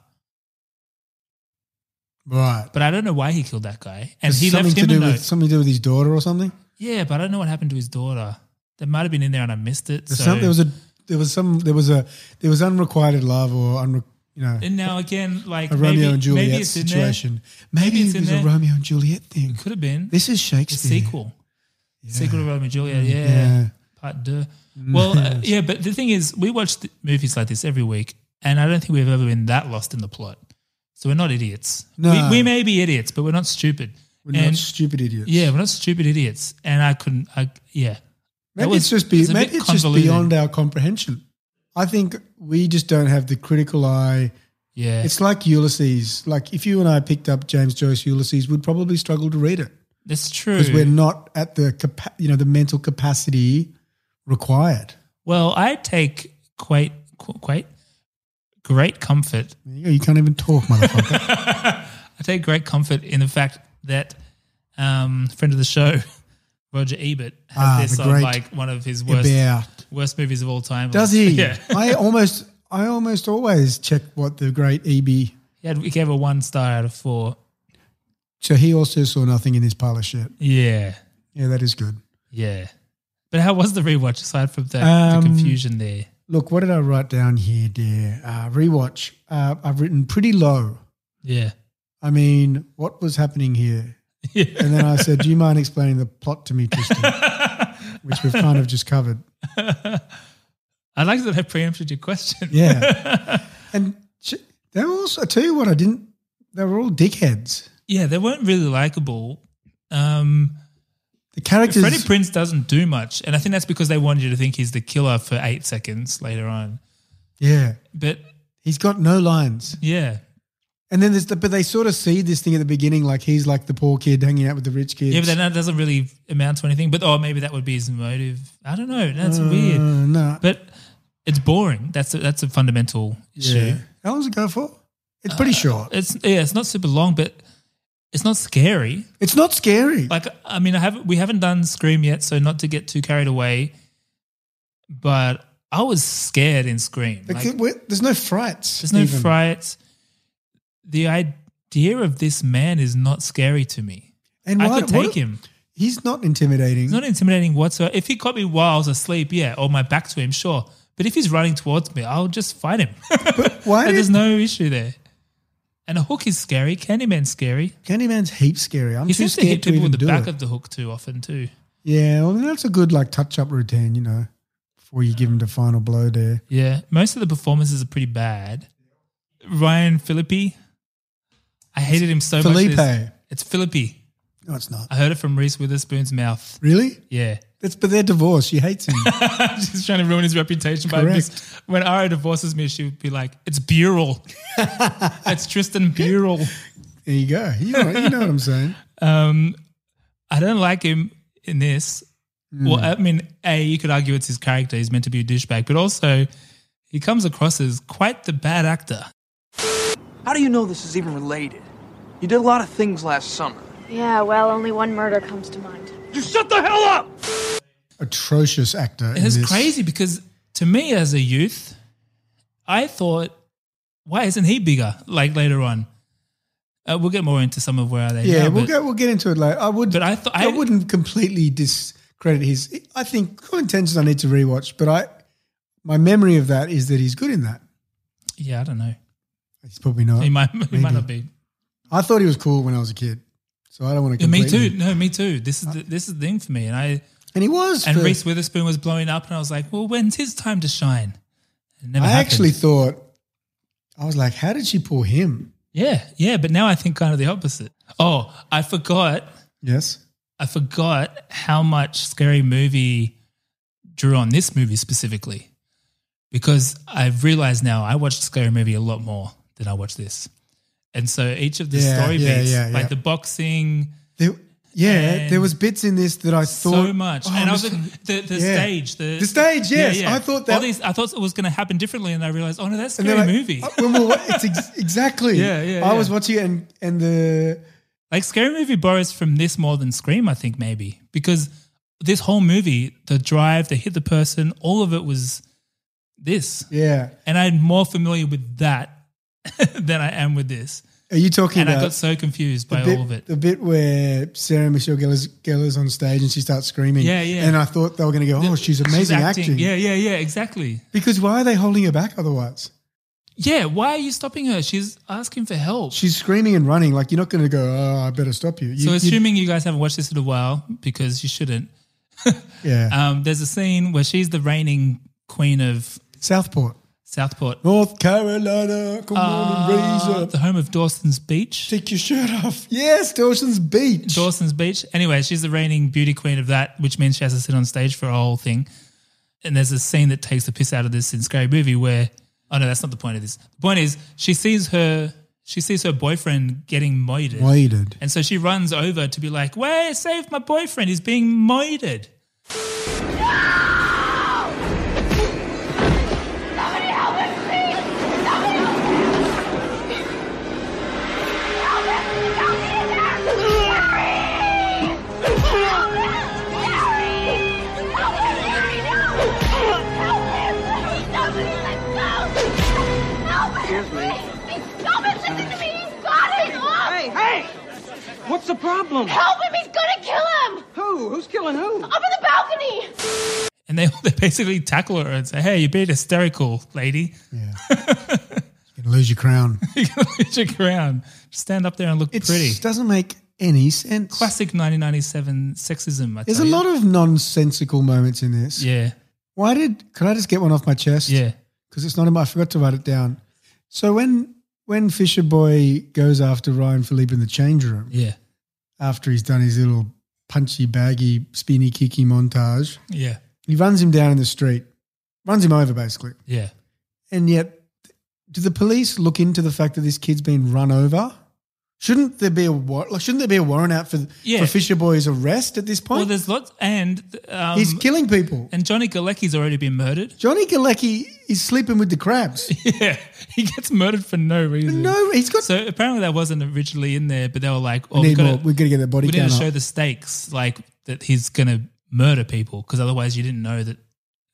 right. But I don't know why he killed that guy. And It's he something left him to a do note. with something to do with his daughter or something. yeah, but I don't know what happened to his daughter. That might have been in there and I missed it. There's So, some, there was a there was some there was a there was unrequited love or unre, you know and now again, like a maybe, Romeo and Juliet maybe it's in situation. Maybe, Maybe it's it in was a there. Romeo and Juliet thing. There. Could have been This is the Shakespeare. sequel. Sequel to Romeo and Juliet, yeah. Yeah. Mm. Part deux. Well, uh, yeah, but the thing is, we watch th- movies like this every week, and I don't think we've ever been that lost in the plot. So we're not idiots. No. We, we may be idiots, but we're not stupid. We're not And- stupid idiots. Yeah, we're not stupid idiots. And I couldn't, I, yeah. That maybe was- it's just it be, was a maybe bit it's just convoluted. beyond our comprehension. I think we just don't have the critical eye. Yeah. It's like Ulysses. Like if you and I picked up James Joyce Ulysses, we'd probably struggle to read it That's true. because we're not at the capa- you know the mental capacity required. Well, I take quite qu- quite great comfort. There You, go, you can't (laughs) even talk, motherfucker. I take great comfort in the fact that um, friend of the show, (laughs) Roger Ebert, has Ah, this the on great like one of his worst Ebert. worst movies of all time. Does he? (laughs) Yeah. (laughs) I almost, I almost always check what the great E EB. He, had, he gave a one star out of four. So he also saw nothing in his pile of shit. Yeah, Yeah, that is good. yeah. But how was the rewatch aside from that Um, the confusion there? Look, what did I write down here, dear? Uh, rewatch. Uh, I've written pretty low. Yeah, I mean, what was happening here? And then I said, "Do you mind explaining the plot to (laughs) me, Tristan?" Which we've kind of just covered. I like that I preempted your question. (laughs) Yeah. and sh- they were also. I tell you what, I didn't. They were all dickheads. yeah, they weren't really likable. Um, The characters. Freddie Prince doesn't do much, and I think that's because they wanted you to think he's the killer for eight seconds later on. yeah, But he's got no lines. yeah, And then there's the, but they sort of see this thing at the beginning, like he's like the poor kid hanging out with the rich kids. yeah, but then that doesn't really amount to anything. But oh, maybe that would be his motive. I don't know. That's weird. Uh, no. But it's boring. That's a, that's a fundamental issue. yeah. How long's it go for? It's Uh, pretty short. It's yeah, it's not super long, but it's not scary. It's not scary. Like I mean, I haven't we haven't done Scream yet, so not to get too carried away. But I was scared in Scream. Like, Like, it- we're- there's no frights. There's no even. frights. The idea of this man is not scary to me. And I why- could take what- him. He's not intimidating. It's not intimidating whatsoever. If he caught me while I was asleep, yeah, or my back to him, sure. But if he's running towards me, I'll just fight him. (laughs) why But did, there's no issue there. And a hook is scary. Candyman's scary. Candyman's heap scary. I'm He too seems to hit scared to, people even with the do back it. of the hook too often too. yeah, well, that's a good like touch-up routine, you know, before you give him the final blow there. Yeah, most of the performances are pretty bad. Ryan Philippi, I hated him so much. Felipe. this- It's Philippi. No, it's not. I heard it from Reese Witherspoon's mouth. Really? (laughs) Yeah. That's but they're divorced. She (laughs) hates him. She's trying to ruin his reputation by Correct. just, when Ara divorces me, she would be like, "It's (laughs) Burel, it's Tristan Burel." there you go. You know, you know what I'm saying. Um, I don't like him in this. Hmm. Well, I mean, a you could argue it's his character; he's meant to be a douchebag, but also he comes across as quite the bad actor. How do you know this is even related? You did a lot of things last summer. Yeah, well, only one murder comes to mind. You shut the hell up! Atrocious actor. in And it's this. crazy because to me as a youth, I thought, why isn't he bigger? Like later on. Uh, we'll get more into some of where they Yeah, now, we'll but- get we'll get into it later. I would, But I thought- I, I- wouldn't completely discredit his. I think Good Intentions. I need to rewatch, but I, my memory of that is that he's good in that. Yeah, I don't know. He's probably not. He might, (laughs) he might not be. I thought he was cool when I was a kid, so I don't want to. Yeah, me completely- too. No, me too. This Uh, is the, this is the thing for me. And I And he was. and for- Reese Witherspoon was blowing up, and I was like, well, when's his time to shine? It never I happened. actually thought, I was like, how did she pull him? yeah, yeah. But now I think kind of the opposite. Oh, I forgot. Yes. I forgot how much Scary Movie drew on this movie specifically because I've realized now I watched Scary Movie a lot more than I watched this. And so each of the Yeah, story yeah, beats, yeah, like yeah. the boxing, There, yeah, And- there was bits in this that I thought so much. Oh, and I I'm was just- like, the, the yeah. stage, the, The stage, yes. I thought that- All these, I thought it was going to happen differently, and I realized, oh no, that's and scary then I- movie. I- well, well, (laughs) it's ex- exactly. Yeah, yeah, I yeah. was watching it and and the Like Scary Movie borrows from this more than Scream, I think maybe because this whole movie, the drive, the hit the person, all of it was this, yeah. and I'm more familiar with that (laughs) than I am with this, Are you talking and I about got so confused by the bit, all of it. The bit where Sarah Michelle Gellar's, Gellar's on stage and she starts screaming. Yeah, yeah. And I thought they were going to go, oh, she's amazing acting. Yeah, yeah, yeah, exactly. Because why are they holding her back otherwise? Yeah, why are you stopping her? She's asking for help. She's screaming and running. Like, you're not going to go, oh, I better stop you. you so you- assuming you guys haven't watched this in a while because you shouldn't. yeah. Um, there's a scene where she's the reigning queen of Southport. Southport, North Carolina. Come on uh, and raise the up. home of Dawson's Beach. Take your shirt off. Yes, Dawson's Beach. Dawson's Beach. Anyway, she's the reigning beauty queen of that, which means she has to sit on stage for a whole thing. And there's a scene that takes the piss out of this in Scary Movie where, oh no, that's not the point of this. The point is she sees her, she sees her boyfriend getting moided. Waited. And so she runs over to be like, wait, save my boyfriend. He's being moided. Help Hey! What's the problem? him! He's gonna kill him! Who? Who's killing who? Up in the balcony! And they, (laughs) they basically tackle her and say, hey, you're being hysterical, lady. Yeah. you're going to lose your crown. (laughs) you can lose your crown. Just stand up there and look It pretty. doesn't make any sense. Classic 1997 sexism. I There's a tell you. lot of nonsensical moments in this. Yeah, Why did, could I just get one off my chest? yeah. because it's not in my. I forgot to write it down. So when when Fisher Boy goes after Ryan Philippe in the change room Yeah, after he's done his little punchy, baggy, spinny, kicky montage, yeah, he runs him down in the street, runs him over basically. yeah. And yet, do the police look into the fact that this kid's been run over? Shouldn't there be a war- like, shouldn't there be a warrant out for Yeah. for Fisher Boy's arrest at this Well, point? there's lots, and um, he's killing people. and Johnny Galecki's already been murdered. (laughs) Johnny Galecki is sleeping with the crabs. Yeah, he gets murdered for no reason. no, he's got. So apparently that wasn't originally in there, but they were like, "Oh, we we've need more. got We're to, going to get the we body need to count up. show the stakes, like that he's gonna murder people, because otherwise you didn't know that."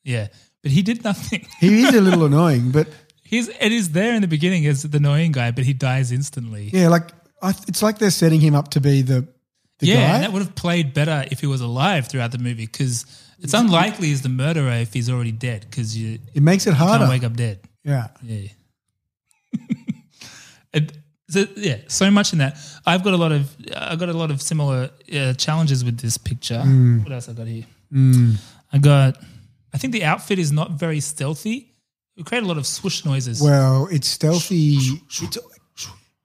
Yeah, but he did (laughs) nothing. He is a little annoying, but He's it is there in the beginning as the annoying guy, but he dies instantly. yeah, like I, it's like they're setting him up to be the the yeah, and guy. that would have played better if he was alive throughout the movie because it's unlikely he's the murderer if he's already dead because you it makes it can't harder. wake up dead. Yeah, Yeah. (laughs) And so, yeah, so much in that. I've got a lot of I've got a lot of similar uh, challenges with this picture. Hmm. What else I got here? I got. I think the outfit is not very stealthy. We create a lot of swoosh noises. well, it's stealthy. It's,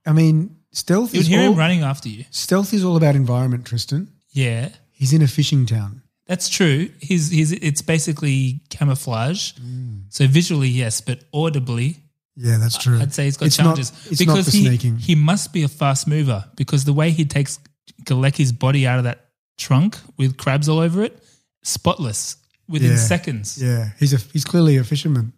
I mean, stealth you would is hear all, him running after you. stealth is all about environment. Tristan, Yeah, he's in a fishing town. that's true. He's, he's it's basically camouflage. Mm. So visually, yes, but audibly, Yeah, that's true. I'd say he's got it's challenges Not, it's not for he sneaking. he must be a fast mover because the way he takes Galecki's body out of that trunk with crabs all over it, spotless within Yeah. seconds. yeah, he's a he's clearly a fisherman.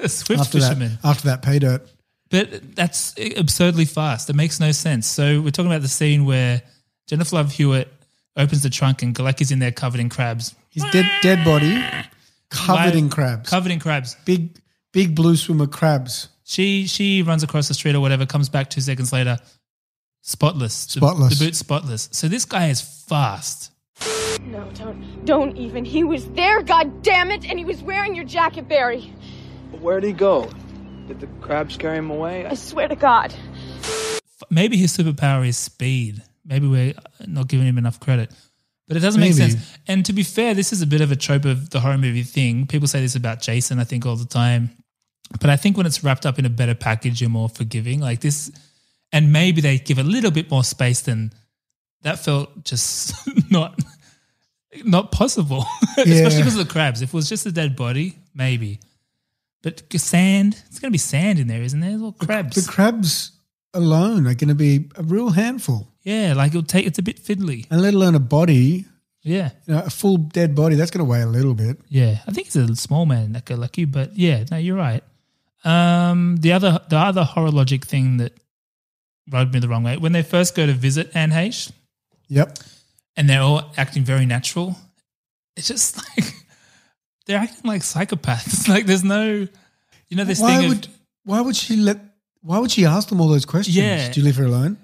a (laughs) swift after fisherman. that, after that pay dirt. But that's absurdly fast. It makes no sense. So we're talking about the scene where Jennifer Love Hewitt opens the trunk and Galecki's in there covered in crabs. His dead dead body covered in Why- crabs. Covered in crabs. big big blue swimmer crabs. She she runs across the street or whatever, comes back two seconds later, spotless. The- Spotless. The boot's spotless. So this guy is fast. No, don't, don't even. He was there, God damn it, and he was wearing your jacket, Barry. Where'd he go? Did the crabs carry him away? I swear to God. F- Maybe his superpower is speed. Maybe we're not giving him enough credit. But it doesn't make Maybe. sense. And to be fair, this is a bit of a trope of the horror movie thing. People say this about Jason, I think, all the time. But I think when it's wrapped up in a better package, you're more forgiving. Like this, and maybe they give a little bit more space than that felt just (laughs) not not possible. (laughs) Especially because of the crabs. If it was just a dead body, maybe. But sand, it's going to be sand in there, isn't there? Little crabs. The crabs alone are going to be a real handful, yeah, like it'll take. It's a bit fiddly. and let alone a body, Yeah, you know, a full dead body. That's going to weigh a little bit. yeah. I think it's a small man that go lucky, but yeah, no, you're right. Um, the other the other horror logic thing that rubbed me the wrong way when they first go to visit Anne Heche, Yep. and they're all acting very natural. It's just (laughs) like they're acting like psychopaths. (laughs) Like there's no, you know, this Why thing would of why would she let? Why would she ask them all those questions? Yeah. Do you leave her alone?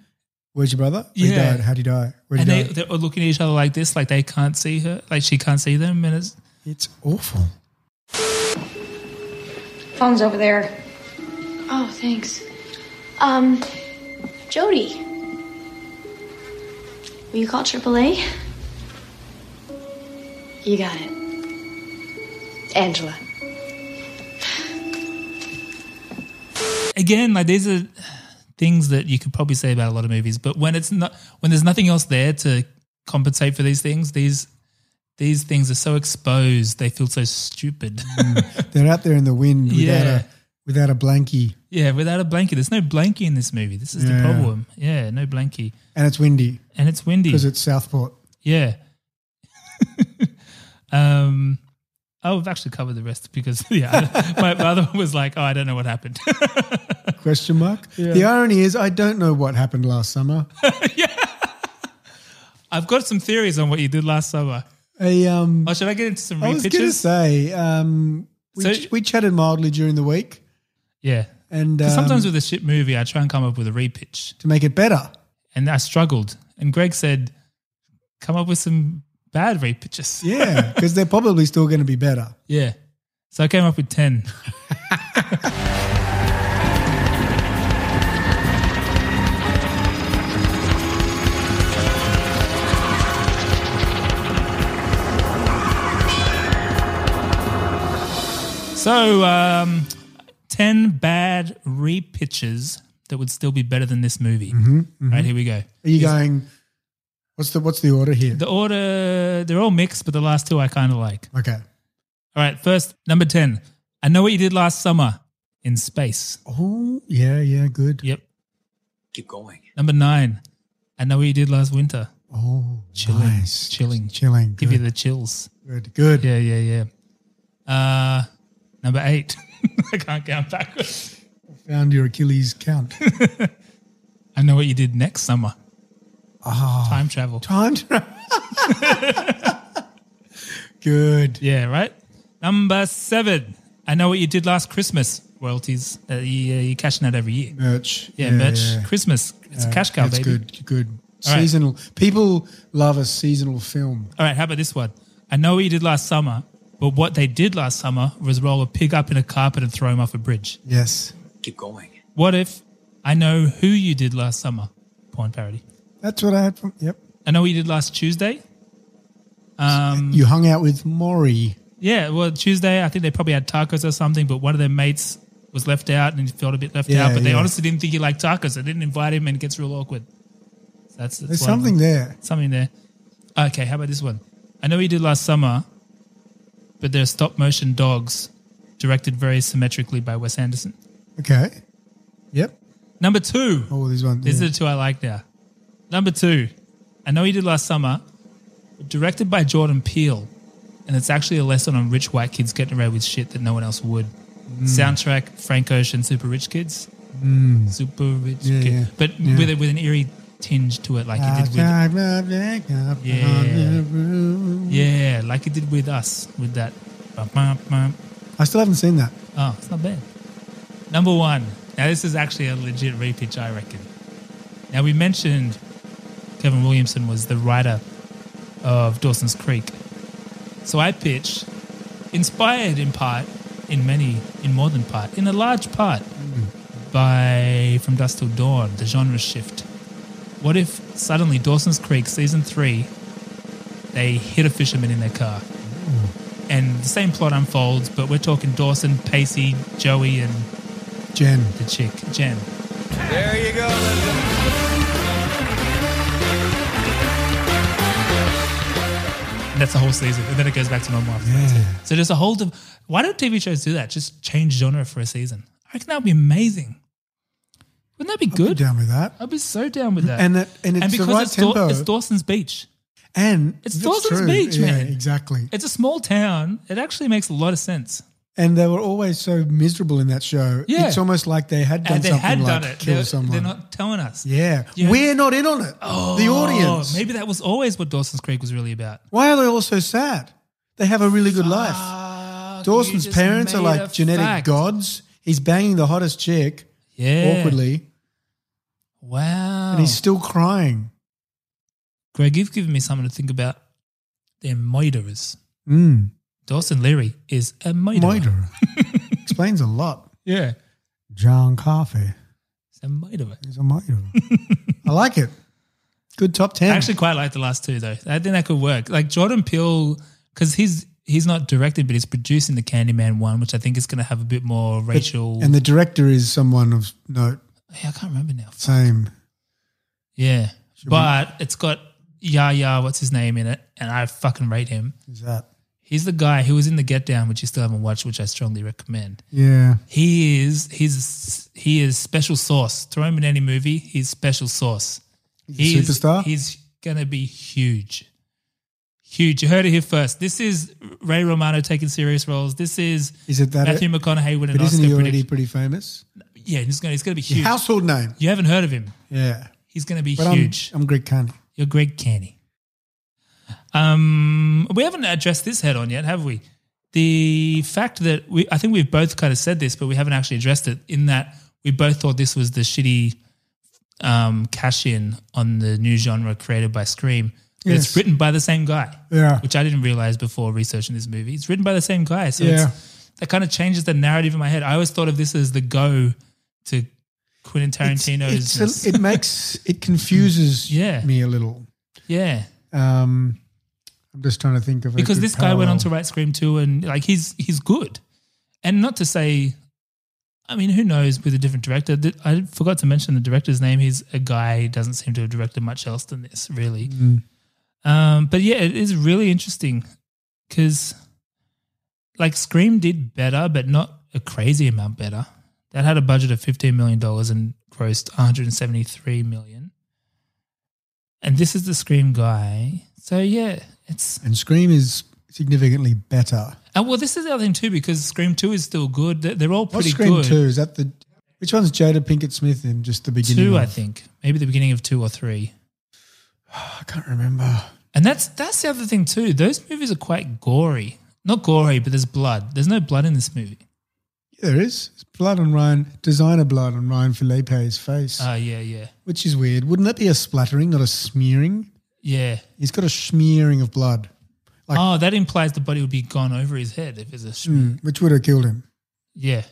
Where's your brother? Where Yeah. He died. How'd he die? Where'd and he they die? they're all looking at each other like this, like they can't see her, like she can't see them, and it's it's awful. Phone's over there. Oh, thanks. Um, Jody. Will you call AAA? You got it. Angela. again, like these are things that you could probably say about a lot of movies, but when it's not when there's nothing else there to compensate for these things, these these things are so exposed, they feel so stupid. They're out there in the (laughs) wind without Yeah. a without a blankie, (laughs) yeah, without a blanket. There's no blankie in this movie. This is the Yeah. problem. Yeah, no blankie. and it's windy And it's windy. because it's Southport. yeah. (laughs) um I've actually covered the rest because (laughs) yeah, my, my other one was like, oh, I don't know what happened. (laughs) Question mark. The irony is, I don't know what happened last summer. I've got some theories on what you did last summer. A um, Oh, should I get into some I was going to repitches? say, um, we, So- ch- we chatted mildly during the week, Yeah. and 'Cause sometimes um, with a shit movie, I try and come up with a repitch, to make it better, and I struggled. And Greg said, "Come up with some bad repitches." (laughs) yeah, because they're probably still going to be better. yeah. So I came up with ten. So, um, 10 bad repitches that would still be better than this movie. Right, here we go. Are you going? What's the what's the order here? The order, they're all mixed, but the last two I kind of like. okay. All right, first, number 10. I know what you did last summer in space. Oh yeah, yeah, good. Yep. Keep going. Number nine. I know what you did last winter. Oh, Chilling. nice. Chilling. chilling. Give you Good, the chills. good, good. Yeah, yeah, yeah. Uh, number eight. (laughs) I can't count backwards. Found your (laughs) Achilles count. I know what you did next summer. Time travel. (laughs) Time. to- good. Yeah, right. Number seven. I know what you did last Christmas. Royalties. Uh, you, you cashing out every year. Merch. Yeah, merch. Christmas. It's a Yeah, cash cow, that's baby. good. Good. All right. Seasonal. People love a seasonal film. All right, how about this one? I know what you did last summer, but what they did last summer was roll a pig up in a carpet and throw him off a bridge. Yes. Keep going. What if I know who you did last summer? Porn parody. That's what I had from. Yep. I know what you did last Tuesday. Mm. you hung out with Maury. Yeah, well, Tuesday, I think they probably had tacos or something, but one of their mates was left out and he felt a bit left Yeah, out, but they yeah. honestly didn't think he liked tacos. They didn't invite him and it gets real awkward. So that's, that's There's one of them. something there. Something there. Okay, how about this one? I know what you did last summer, but they're stop motion dogs directed very symmetrically by Wes Anderson. Okay. Yep. Number two. Oh, there's one. These yeah. are the two I like now. Number two, I know you did last summer, but directed by Jordan Peele, and it's actually a lesson on Mm. rich white kids getting away with shit that no one else would. Soundtrack: Frank Ocean, Super Rich Kids. super rich Mm. Yeah, kid, yeah. but Yeah. Uh, with a, with an eerie tinge to it, like I it did with can't back up on the roof. yeah, like it did with us with that. bum, bum, bum. I still haven't seen that. Oh, it's not bad. Number one. Now this is actually a legit repitch, I reckon. Now we mentioned Kevin Williamson was the writer of Dawson's Creek, so I pitched, inspired in part, in many, in more than part, in a large part, by From Dusk Till Dawn, the genre shift. What if suddenly Dawson's Creek season three, they hit a fisherman in their car? and the same plot unfolds, but we're talking Dawson, Pacey, Joey, and Jen. the chick, Jen. There you go. That's the whole season, and then it goes back to normal. After that. Yeah. So there's a whole. Div- Why don't TV shows do that? Just change genre for a season. I reckon that would be amazing. Wouldn't that be good? Good. down with that. I'd be so down with that. And that- and it's the because right it's, Daw- tempo. it's Dawson's Beach. And It's that's Dawson's true. Beach, yeah, man. Exactly. It's a small town. It actually makes a lot of sense. And they were always so miserable in that show. Yeah. It's almost like they had done and they something had like done it. kill They're, someone. they're not telling us. yeah. Yeah. We're not in on it. the audience. Oh, maybe that was always what Dawson's Creek was really about. Why are they all so sad? They have a really good life. Fuck, Ah, Dawson's you just parents are made like a genetic fact. gods. He's banging the hottest chick Yeah. Oh. awkwardly, Wow. and he's still crying. Greg, you've given me something to think about. They're murderers. Mm. Dawson Leary is a murderer. (laughs) Moira. Explains a lot. Yeah. John Coffey It's a murderer. is a moira. I like it. Good top I ten. actually quite like the last two though. I think that could work. Like Jordan Peele, because he's he's not directed, but he's producing the Candyman one, which I think is going to have a bit more racial. and the director is someone of note. yeah, I can't remember now. Same. Yeah. But it's got Yaya, what's his name in it, and I fucking rate him. Is that? He's the guy who was in the Get Down, which you still haven't watched, which I strongly recommend. Yeah. He is he's he is special sauce. Throw him in any movie, he's special sauce. He's a He is- superstar? He's gonna be huge. Huge. You heard it here first. This is Ray Romano taking serious roles. This is Is it that? Matthew McConaughey winning but an Oscar. isn't he already prediction. pretty famous? yeah, he's gonna he's gonna be huge. Household name. you haven't heard of him. Yeah. He's gonna be But um, huge. I'm, I'm Greg Carney. You're Greg Canny. Um, we haven't addressed this head on yet, have we? The fact that we, I think we've both kind of said this, but we haven't actually addressed it. In that we both thought this was the shitty um, cash in on the new genre created by Scream. But Yes. It's written by the same guy, Yeah. which I didn't realize before researching this movie. It's written by the same guy, so Yeah. it's, that kind of changes the narrative in my head. I always thought of this as the go to Quentin Tarantino's. It's- it's a- it makes it confuses (laughs) Yeah. me a little. yeah, Um, I'm just trying to think of a because good this guy went on to parallel. write Scream 2 and like he's he's good. And not to say I mean, who knows with a different director. Th- I forgot to mention the director's name. He's a guy who doesn't seem to have directed much else than this, really. Um, but yeah, it is really interesting because like Scream did better, but not a crazy amount better. That had a budget of $15 million and grossed $173 million. And this is the Scream guy. So yeah, it's and Scream is significantly better. and Uh, well, this is the other thing too, because Scream Two is still good. They're, they're all What's pretty Scream good. Two? Is that the which one's Jada Pinkett Smith in? Just the beginning. Two, I of? think, maybe the beginning of two or three. I can't remember. And that's that's the other thing too. Those movies are quite gory. Not gory, but there's blood. There's no blood in this movie. Yeah, there is It's blood on Ryan, designer blood on Ryan Felipe's face, Oh yeah, yeah, which is weird. Wouldn't that be a splattering, not a smearing? yeah. He's got a smearing of blood, Like- Mm. oh, that implies the body would be gone over his head if it's a sh- hmm, which would have killed him. yeah.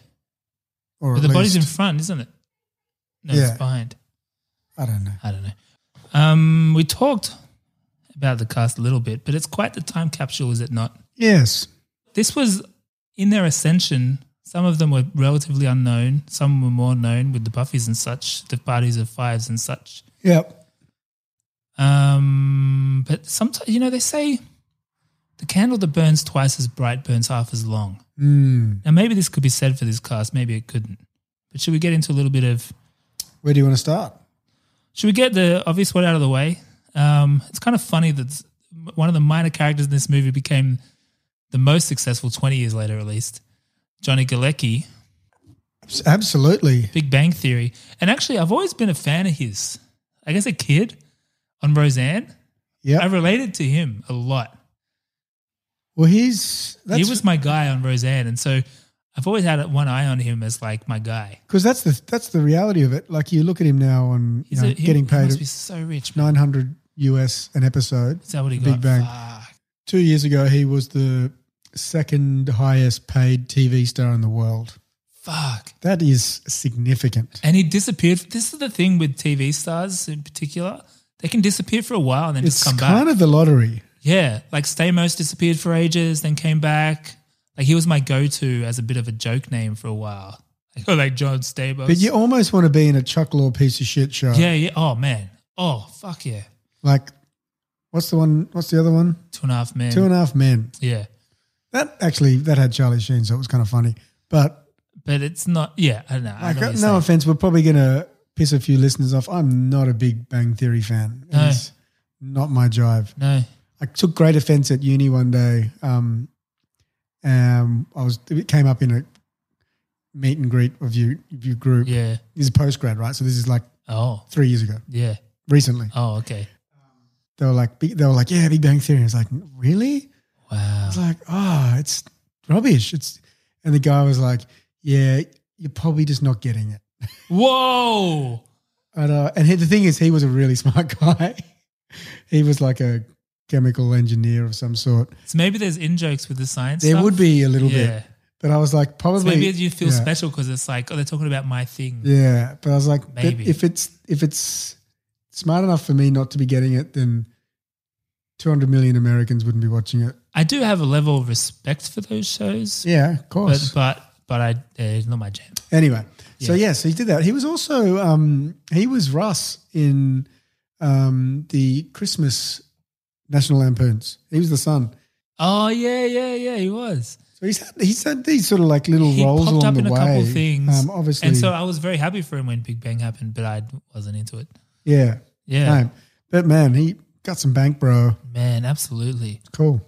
Or But at the body's in least- front, isn't it? No, Yeah. it's behind. I don't know. I don't know. Um, we talked about the cast a little bit, but it's quite the time capsule, is it not? Yes, this was in their ascension. Some of them were relatively unknown. Some were more known with the Buffies and such, the parties of fives and such. yep. Um, but sometimes, you know, they say the candle that burns twice as bright burns half as long. Mm. Now, maybe this could be said for this cast. Maybe it couldn't. But should we get into a little bit of? Where do you want to start? Should we get the obvious one out of the way? Um, it's kind of funny that one of the minor characters in this movie became the most successful twenty years later, at least. Johnny Galecki, Absolutely. Big Bang Theory. And actually, I've always been a fan of his. I guess a kid on Roseanne, I Yeah. related to him a lot. Well, he's that's, he was my guy on Roseanne, and so I've always had one eye on him as like my guy. because that's the that's the reality of it. Like you look at him now on you He's know, a, he, getting He paid must be so rich. man. nine hundred US an episode. Is that what he Big got? Bang. Fuck. Two years ago, he was the second highest paid TV star in the world. Fuck. That is significant. And he disappeared. This is the thing with TV stars in particular. They can disappear for a while and then It's just come kind back. of the lottery. yeah. Like Stamos disappeared for ages, then came back. Like he was my go to as a bit of a joke name for a while. (laughs) Like, like John Stamos. But you almost want to be in a Chuck Law piece of shit show. yeah, yeah. Oh, man. Oh, fuck yeah. Like, what's the one? What's the other one? Two and a half men. Two and a Half Men. yeah. That actually that had Charlie Sheen, so it was kind of funny. But But it's not, yeah, I don't know. I like, uh, know what no you're saying. offense, we're probably gonna piss a few listeners off. I'm not a Big Bang Theory fan. No. It's not my jive. No. I took great offense at uni one day. Um, um, I was it came up in a meet and greet of you of your group. Yeah. This is post grad, right? So this is like Oh, three years ago, yeah. recently. Oh, okay. They were like, big- they were like, yeah, Big Bang Theory. I was like, really? Wow. I was like, oh, it's rubbish. It's and the guy was like, yeah, you're probably just not getting it. Whoa. And, uh, and he- the thing is, he was a really (laughs) smart guy. he was like a chemical engineer of some sort. So maybe there's in jokes with the science. There stuff. would be a little yeah. bit, but I was like, So probably maybe you feel yeah. special because it's like, oh, they're talking about my thing. Yeah, but I was like, but Maybe. if it's if it's smart enough for me not to be getting it, then 200 million Americans wouldn't be watching it. I do have a level of respect for those shows, Yeah, of but course. but but I uh, it's not my jam. Anyway, so yeah, so he did that. He was also um, he was Russ in um, the Christmas National Lampoons. He was the son. Oh yeah, yeah, yeah. He was. So he's had, he's had these sort of like little He roles popped along up the in a way. couple things, um, obviously, and so I was very happy for him when Big Bang happened, but I wasn't into it. yeah, Yeah, no. But man, he got some bank, bro. man, absolutely. Cool.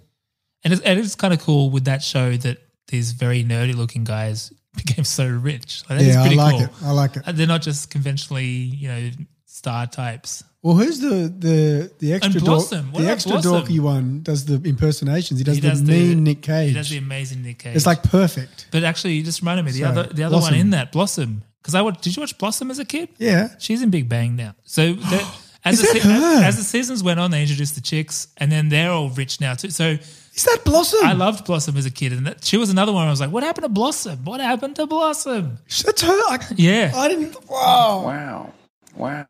And it's, and it's kind of cool with that show that these very nerdy looking guys (laughs) became so rich. Like, that is yeah, I pretty like cool. it. I like it. And They're not just conventionally, you know, star types. Well, who's the the the extra dork, Blossom. What the about extra Blossom? dorky one does the impersonations. He does, He does the the- mean Nick Cage. He does the amazing Nick Cage. it's like perfect. but actually, you just reminded me the Sorry, other the other Blossom. one in that Blossom. Because I watched, did you watch Blossom as a kid? Yeah. She's in Big Bang now. (gasps) So that, as Is the that her? as the seasons went on, they introduced the chicks, and then they're all rich now too. So Is that Blossom? I loved Blossom as a kid, and that, she was another one. I was like, what happened to Blossom? What happened to Blossom? That's her. I, Yeah, I didn't. Wow. Wow. Wow.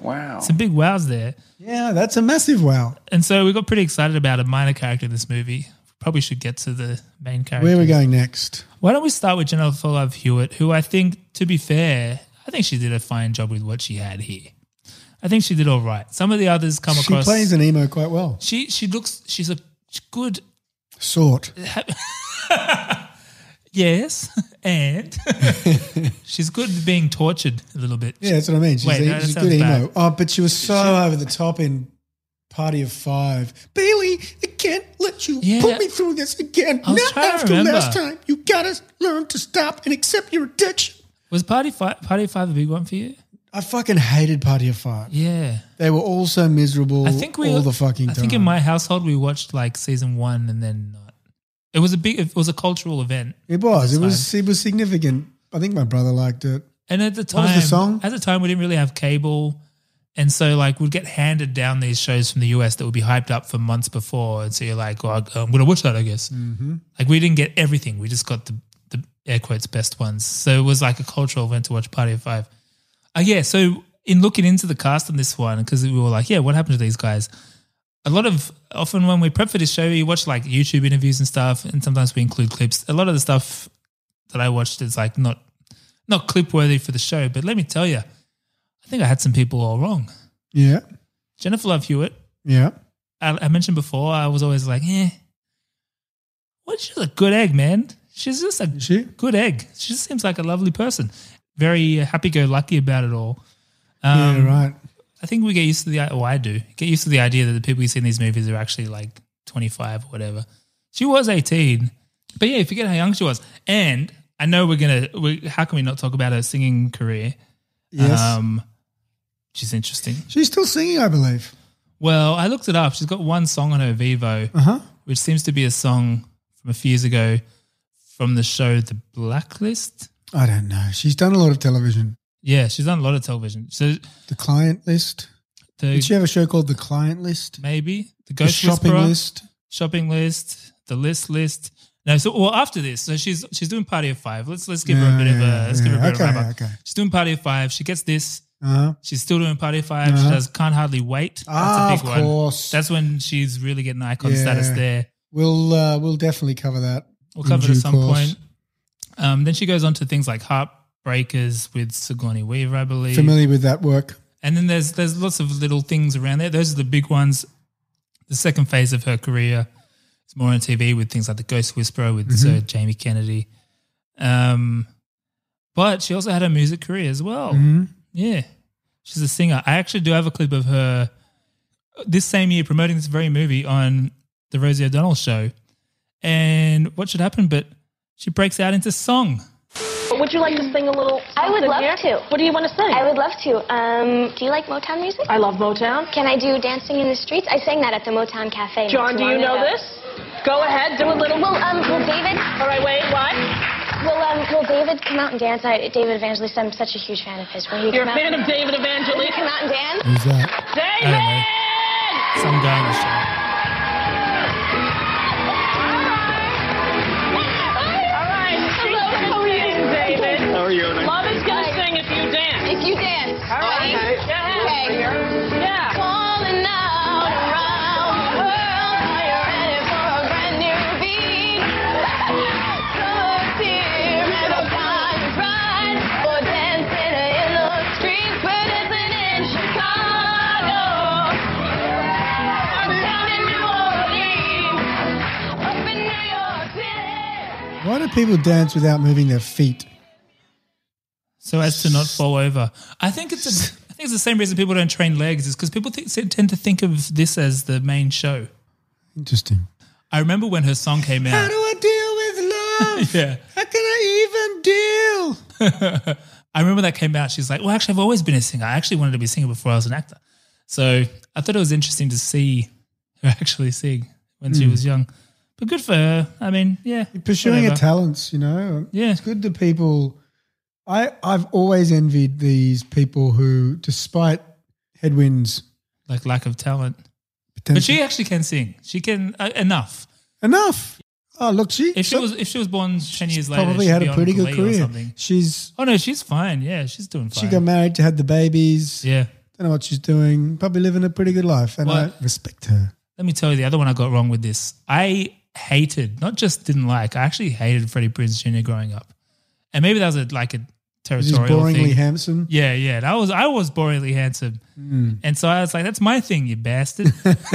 Wow. some big wows there. Yeah, that's a massive wow. And so we got pretty excited about a minor character in this movie. Probably should get to the main character. Where are we going next? Why don't we start with Jennifer Love Hewitt, who I think, to be fair, I think she did a fine job with what she had here. I think she did all right. Some of the others come She across. plays an emo quite well. she she looks she's a good Sort. yes (laughs) (laughs) and she's good at being tortured a little bit. Yeah, that's what I mean. She's, Wait, a, no, that she's a sounds good emo. bad. Oh, but she was so over the top in Party of Five. Bailey, I can't let you Yeah. put me through this again. I was Not trying to after remember. last time. You gotta learn to stop and accept your addiction. Was Party Five Party Five a big one for you? I fucking hated Party of Five. Yeah. They were all so miserable I think we all the fucking I time. think in my household we watched like season one and then not. It was a big. It was a cultural event, it was. It was it was significant. I think my brother liked it. and at the time, What was the song? at the time we didn't really have cable, and so like we'd get handed down these shows from the US that would be hyped up for months before, and so you're like, well, I'm gonna watch that, I guess. Mm-hmm. Like we didn't get everything; we just got the the air quotes best ones. So it was like a cultural event to watch Party of Five. Uh, yeah. So in looking into the cast on this one, because we were like, yeah, what happened to these guys? a lot of often when we prep for this show, you watch like YouTube interviews and stuff, and sometimes we include clips. A lot of the stuff that I watched is like not not clip worthy for the show. But let me tell you, I think I had some people all wrong. Yeah. Jennifer Love Hewitt, Yeah. I, I mentioned before, I was always like, eh, what? She's a good egg, man. She's just a she? good egg. She just seems like a lovely person. Very happy-go-lucky about it all. yeah, Um, right. I think we get used to the oh I do get used to the idea that the people you see in these movies are actually like 25 or whatever. She was 18, but yeah, you forget how young she was. And I I know we're gonna. We, how can we not talk about her singing career? Yes. Um, she's interesting. She's still singing, I believe. Well, I looked it up. She's got one song on her Vivo, Uh-huh. which seems to be a song from a few years ago from the show The Blacklist. I don't know. She's done a lot of television. Yeah, she's done a lot of television. So The client list. the, Did she have a show called The Client List? maybe the The Ghost shopping Whisperer, list. shopping list, the list list. No, so well after this, so she's she's doing Party of Five. Let's let's give her a Yeah, bit of yeah, a let's give her yeah. a bit Okay, of a okay. She's doing Party of Five. She gets this. Uh-huh. She's still doing Party of 5 She does Can't Hardly Wait. That's Ah, a big of one. course. That's when she's really getting icon Yeah. status there. We'll uh, we'll definitely cover that. We'll in cover it at due some course. point. Um, then she goes on to things like Heartbreakers with Sigourney Weaver, I believe. Familiar with that work? And then there's there's lots of little things around there. Those are the big ones. The second phase of her career is more on TV with things like The Ghost Whisperer with Sir Jamie Kennedy. Um, but she also had a music career as well. Yeah. She's a singer. I actually do have a clip of her this same year promoting this very movie on the Rosie O'Donnell show. And what should happen? But she breaks out into song. Would you like to sing a little? I would love to. What do you want to sing? I would love to. Um, do you like Motown music? I love Motown. Can I do Dancing in the Streets? I sang that at the Motown Cafe. John, not do too you long know ago. this? Go ahead, do a little. Will um, will David, All right, wait, what? will um, will David come out and dance? I, David Evangelista, I'm such a huge fan of his. Will he You're a come fan out? of David Will he come Evangelista? out and dance? Who's I that? don't know. David! Some guy on the show. All right, she's Korean, David. How are you? Love is gonna sing if you dance. If you dance, All right. Go ahead. Yeah. Calling out around the world, are you ready for a brand new beat? Look here and a kind pride for dancing in the streets, but it's in Chicago. Down in New Orleans, up in New York City. Why do people dance without moving their feet? so as to not fall over. I think it's (laughs) a, I think it's the same reason people don't train legs is because people think, tend to think of this as the main show. Interesting. I remember when her song came How out. do I deal (laughs) (laughs) with love? Yeah, How can I even deal? I remember that came out. She's like, "Well, actually, I've always been a singer. I actually wanted to be a singer before I was an actor." So I thought it was interesting to see (laughs) her actually sing when she was young. But good for her. I mean, yeah, Hmm. pursuing whatever. your talents, you know. Yeah. It's good that people I I've always envied these people who despite headwinds like lack of talent. potentially But she actually can sing. She can uh, enough. enough. Oh, look, she, If she so- was if she was born ten years later, probably she'd had be a on pretty good Glee or career. something. She's Oh no, she's fine. Yeah, she's doing fine. she got married, had the babies. Yeah. Don't know what she's doing. Probably living a pretty good life, and Well- I respect her. Let me tell you the other one I got wrong with this. I hated, not just didn't like, I actually hated Freddie Prinze Jr. growing up. And maybe that was a, like a She's territorial boringly thing. handsome. yeah, yeah. That was I was boringly handsome. Hmm. And so I was like, that's my thing, you bastard. (laughs)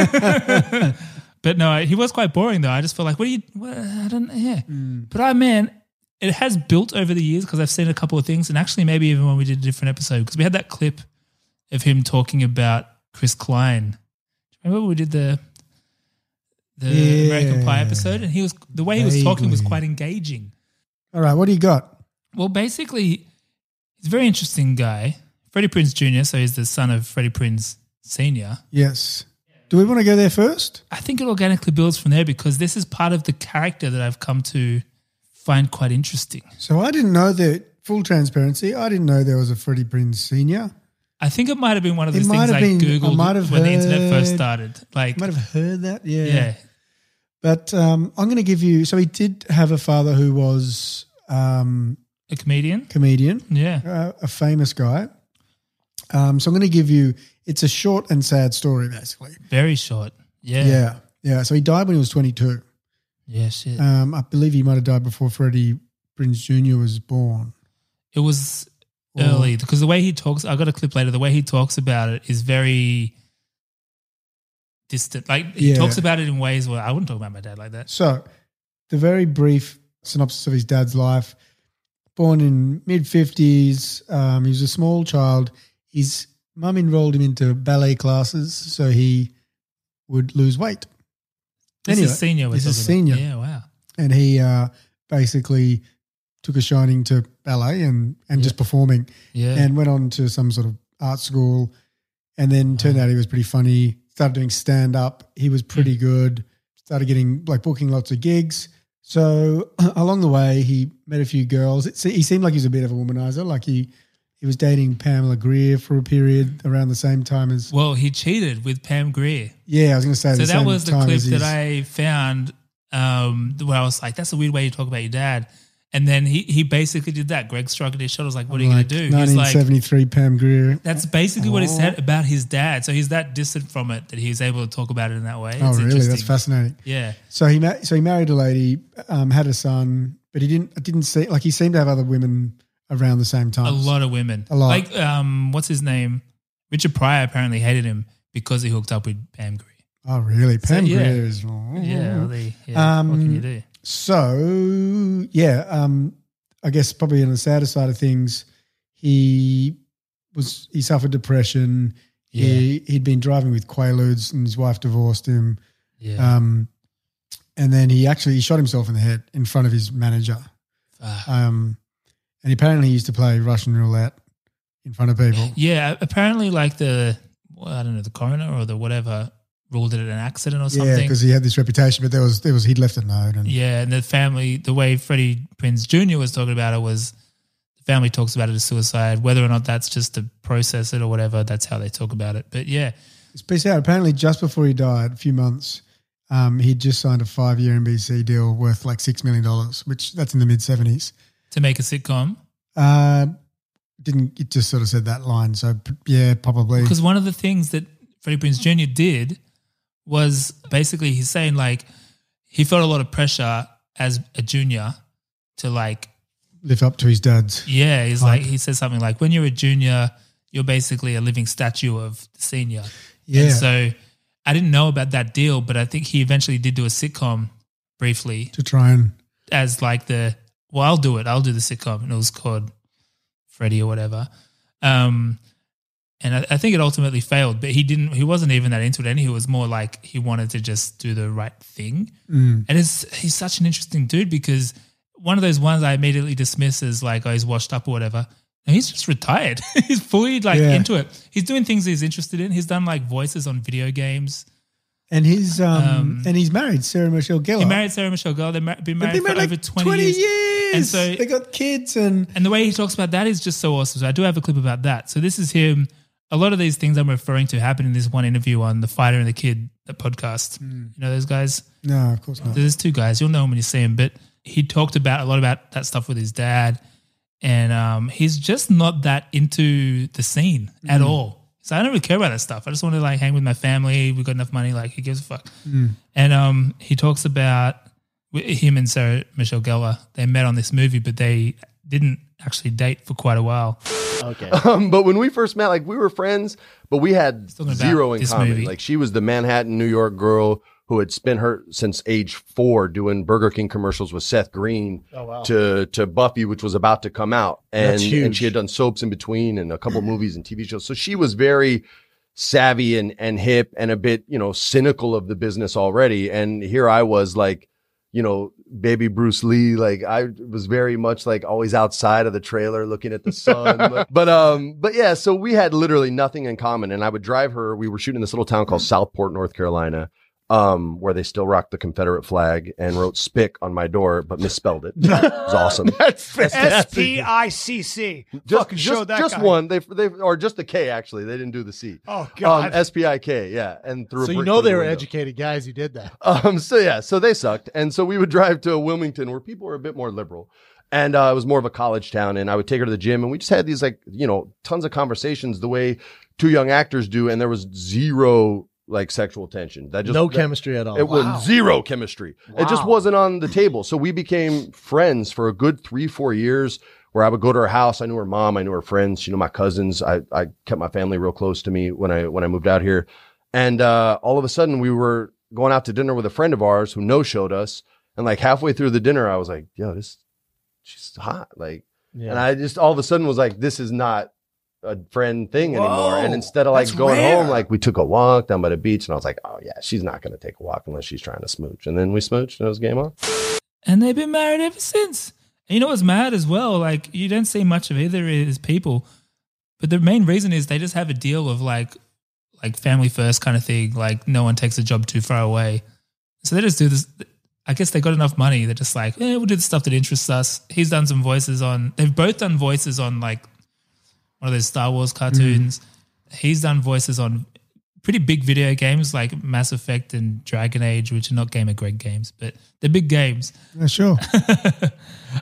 but no, he was quite boring though. I just felt like, what do you what, I don't yeah. Hmm. But I man, it has built over the years because I've seen a couple of things and actually maybe even when we did a different episode because we had that clip of him talking about Chris Klein. Remember we did the the American Pie Yeah. episode and he was the way he was talking was Vaguely. quite engaging. All right, what do you got? Well, basically, he's a very interesting guy. Freddie Prince Jr., so he's the son of Freddie Prince Sr. Yes. Do we want to go there first? I think it organically builds from there because this is part of the character that I've come to find quite interesting. So I didn't know that. Full transparency, I didn't know there was a Freddie Prinze Senior. I think it might have been one of It those might things have I been- I Googled might have when the internet first heard- started. Like, Might have heard that, yeah. But um, I'm going to give you. So he did have a father who was um, A comedian? comedian, Yeah. uh, a famous guy. Um, so I'm going to give you. It's a short and sad story, basically. Very short. Yeah. Yeah, yeah. So he died when he was 22. Yeah, shit. Um, I believe he might have died before Freddie Prince Jr. was born. it was Mm. early because the way he talks i got a clip later the way he talks about it is very distant like he Yeah. talks about it in ways where i wouldn't talk about my dad like that So, the very brief synopsis of his dad's life. Born in mid 50s, um, he was a small child. His mum enrolled him into ballet classes so he would lose weight. this Anyway, is senior we're this is talking about. senior. yeah wow And he uh, basically took a shining to ballet and, and just performing. Yeah. And went on to some sort of art school. And then turned out he was pretty funny. Started doing stand up. He Hmm. was pretty good. Started getting like booking lots of gigs. So (clears throat) along the way, he met a few girls. It, se- he seemed like he was a bit of a womanizer. Like he, he was dating Pamela Greer for a period around the same time as. Well, he cheated with Pam Greer. Yeah, I was going to say. So the that same was the time clip as his- that I found um, where I was like, that's a weird way you talk about your dad. And then he, he basically did that. Greg struck at his shoulder. was like, what are you like going to do? He's like, 1973 Pam Greer. that's basically what he Oh. said about his dad. So he's that distant from it that he's able to talk about it in that way. Oh, It's really? That's interesting. fascinating. Yeah. So he ma- so he married a lady, um, had a son, but he didn't it didn't see like he seemed to have other women around the same time. A lot of women. A lot. Like, um, what's his name? Richard Pryor apparently hated him because he hooked up with Pam Greer. Oh, really? So, Pam yeah. Greer is. Oh, Yeah. Mm. well, they- yeah. Um, what can you do? So yeah, um, I guess probably on the sadder side of things, he was he suffered depression. He he'd been driving with Quaaludes, and his wife divorced him. Yeah. Um, and then he actually he shot himself in the head in front of his manager. Uh, Um, and apparently he used to play Russian roulette in front of people. Yeah, apparently, like the well, I don't know the coroner or the whatever ruled it an accident or Yeah, something. because he had this reputation, but there was there was he'd left a note and Yeah, and the family, the way Freddie Prinze Jr. was talking about it was the family talks about it as suicide, whether or not that's just to process it or whatever. That's how they talk about it. But yeah, It's piece out. Apparently, just before he died, a few months, um, he'd just signed a five-year NBC deal worth like six million dollars, which that's in the mid seventies. to make a sitcom, Uh, didn't it just sort of said that line? So p- yeah, probably. because one of the things that Freddie Prinze Jr. did was basically he's saying like he felt a lot of pressure as a junior to like live up to his dad's. Yeah, he's type. like he says something like, "When you're a junior, you're basically a living statue of the senior." Yeah. And so I didn't know about that deal, but I think he eventually did do a sitcom briefly to try and as like the well, I'll do it. I'll do the sitcom, and it was called Freddie or whatever. Um, and I, I think it ultimately failed, but he didn't. He wasn't even that into it. And he was more like he wanted to just do the right thing. Mm. And it's he's such an interesting dude because one of those ones I immediately dismiss as like oh he's washed up or whatever. And he's just retired. (laughs) he's fully like Yeah. into it. He's doing things he's interested in. He's done like voices on video games. And his um, Um, and he's married Sarah Michelle Gellar. He married Sarah Michelle Gellar. They've mar- been Oh. They've married, been for over married like 20, years. And so they got kids and And the way he talks about that is just so awesome. So I do have a clip about that. So this is him. A lot of these things I'm referring to happen in this one interview on the Fighter and the Kid the podcast. You know those guys. no, of course not. There's two guys. You'll know him when you see him. But he talked about a lot about that stuff with his dad, and um, he's just not that into the scene at all. So I don't really care about that stuff. I just want to like hang with my family. We got enough money. Like who gives a fuck? And um, he talks about wi- him and Sarah Michelle Gellar. They met on this movie, but they didn't actually date for quite a while. Okay. Um, but when we first met, like we were friends, but we had talking about zero in this common. movie. Like she was the Manhattan, New York girl who had spent her since age four doing Burger King commercials with Seth Green Oh, wow. to to Buffy, which was about to come out, and That's huge. and she had done soaps in between and a couple movies and TV shows. So she was very savvy and and hip and a bit you know cynical of the business already. And here I was like you know, baby Bruce Lee. Like I was very much like always outside of the trailer looking at the sun. but, (laughs) but, um, but yeah, so we had literally nothing in common. And I would drive her. We were shooting in this little town called Southport, North Carolina, um, where they still rocked the Confederate flag and wrote spick on my door, but misspelled (laughs) it. it was awesome. S P I C C. Just, Fucking show just, that just guy. one. They, they, or just the K actually. They didn't do the C. Oh, God. Um, S P I K. Yeah, and through. So you know they were educated. educated guys who did that. Um, so yeah, so they sucked, and so we would drive to Wilmington, where people were a bit more liberal, and uh, it was more of a college town. And I would take her to the gym, and we just had these like you know tons of conversations the way two young actors do, and there was zero like sexual tension. That just No that- chemistry at all. It Wow. was zero chemistry. It just Wow. wasn't on the table. So we became friends for a good three four years. Where I would go to her house, I knew her mom, I knew her friends, you know, my cousins. I, I kept my family real close to me when I when I moved out here. And uh, all of a sudden, we were going out to dinner with a friend of ours who no showed us. And like halfway through the dinner, I was like, yo, this, she's hot. Like, Yeah. and I just all of a sudden was like, this is not a friend thing anymore. Whoa, And instead of like that's going rare. home, like we took a walk down by the beach and I was like, oh yeah, she's not going to take a walk unless she's trying to smooch. And then we smooched and it was game on. and they've been married ever since. And you know what's mad as well? Like you don't see much of either of these people, but the main reason is they just have a deal of like, like family first kind of thing. Like no one takes a job too far away, so they just do this. I guess they got enough money. They're just like, eh, we'll do the stuff that interests us. He's done some voices on. They've both done voices on like one of those Star Wars cartoons. He's done voices on pretty big video games like Mass Effect and Dragon Age, which are not Gamer Greg games, but they're big games. Yeah, sure.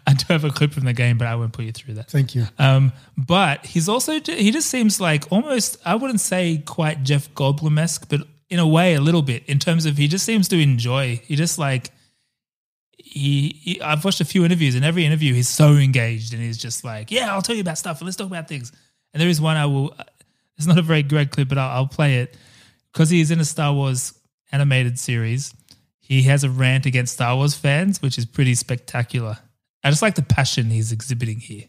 I do have a clip from the game, but I won't put you through that. Thank you. Um, but he's also he just seems like almost I wouldn't say quite Jeff Goldblum esque, but in a way a little bit in terms of he just seems to enjoy. He just like he, he I've watched a few interviews, and every interview he's so engaged, and he's just like, yeah, I'll tell you about stuff, and let's talk about things. And there is one I will. It's not a very great clip, but I'll, I'll play it because he's in a Star Wars animated series. He has a rant against Star Wars fans, which is pretty spectacular. I just like the passion he's exhibiting here.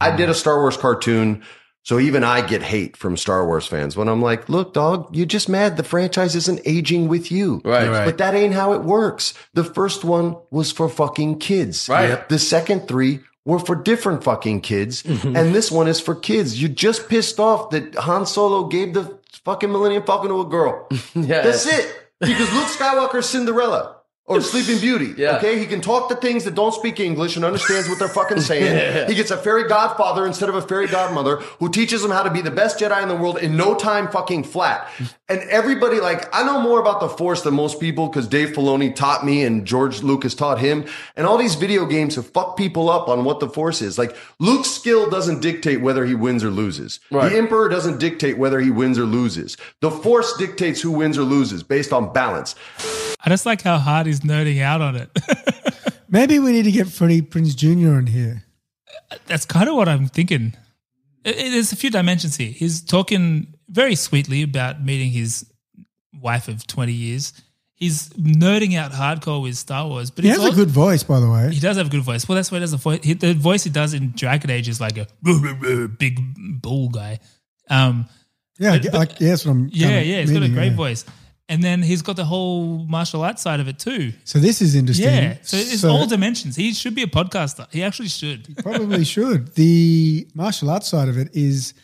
I did a Star Wars cartoon, so even I get hate from Star Wars fans when I'm like, look, dog, you just mad the franchise isn't aging with you. Right. Right. But that ain't how it works. The first one was for fucking kids. Right. Yep. The second three were for different (laughs) fucking kids. Mhm. And (laughs) this one is for kids. You just pissed off that Han Solo gave the fucking Millennium Falcon to (laughs) a girl. Yeah. That's it. Because Luke Skywalker's Cinderella or Sleeping Beauty. Yeah. Okay. He can talk to things that don't speak English and understands what they're fucking (laughs) saying. (laughs) Yeah. He gets a fairy godfather instead of a fairy godmother who teaches him how to be the best Jedi in the world in no time fucking flat. And everybody, like, I know more about the Force than most people because Dave Filoni taught me and George Lucas taught him. And all these video games have fucked people up on what the Force is. Like, Luke's skill doesn't dictate whether he wins or loses. The Emperor doesn't dictate whether he wins or loses. The Force dictates who wins or loses based on balance. I just like how hard he's nerding out on it. (laughs) Maybe we need to get Freddie Prince Jr. in here. That's kind of what I'm thinking. It- it- there's a few dimensions here. He's talking very sweetly about meeting his wife of 20 years. He's nerding out hardcore with Star Wars, but he he's has a also- good voice, by the way. He does have a good voice. Well, that's why he does the voice. He, the voice he does in Dragon Age is like a (laughs) big bull guy. Um, Yeah, I but- get- but- like, yeah, that's what I'm. yeah, kinda yeah. He's got a meaning, great yeah. voice, and then he's got the whole martial arts side of it too. So this is interesting. Yeah, so it's So- all dimensions. He should be a podcaster. He actually should. (laughs) Probably should. The martial arts side of it is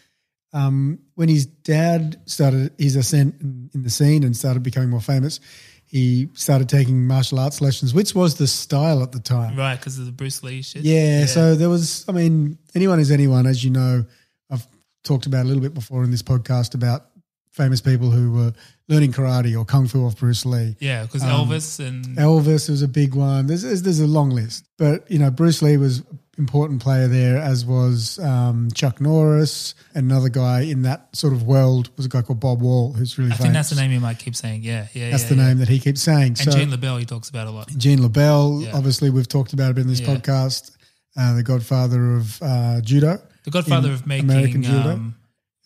um, when his dad started his ascent in, in the scene and started becoming more famous, he started taking martial arts lessons, which was the style at the time. Right, because of the Bruce Lee shit. Yeah, so there was, I mean, anyone is anyone, as you know. I've talked about a little bit before in this podcast about famous people who were learning karate or kung fu off Bruce Lee. yeah, because Um, Elvis and Elvis was a big one. There's, there's there's a long list, but you know Bruce Lee was important player there, as was um, Chuck Norris. Another guy in that sort of world was a guy called Bob Wall, who's really I famous. think that's the name you might keep saying. Yeah, yeah, That's yeah, the yeah. name that he keeps saying. And so Gene LaBelle, he talks about a lot. Gene LaBelle, Yeah. obviously, we've talked about him in this Yeah. podcast. Uh, the Godfather of uh, Judo, The Godfather in of making, um,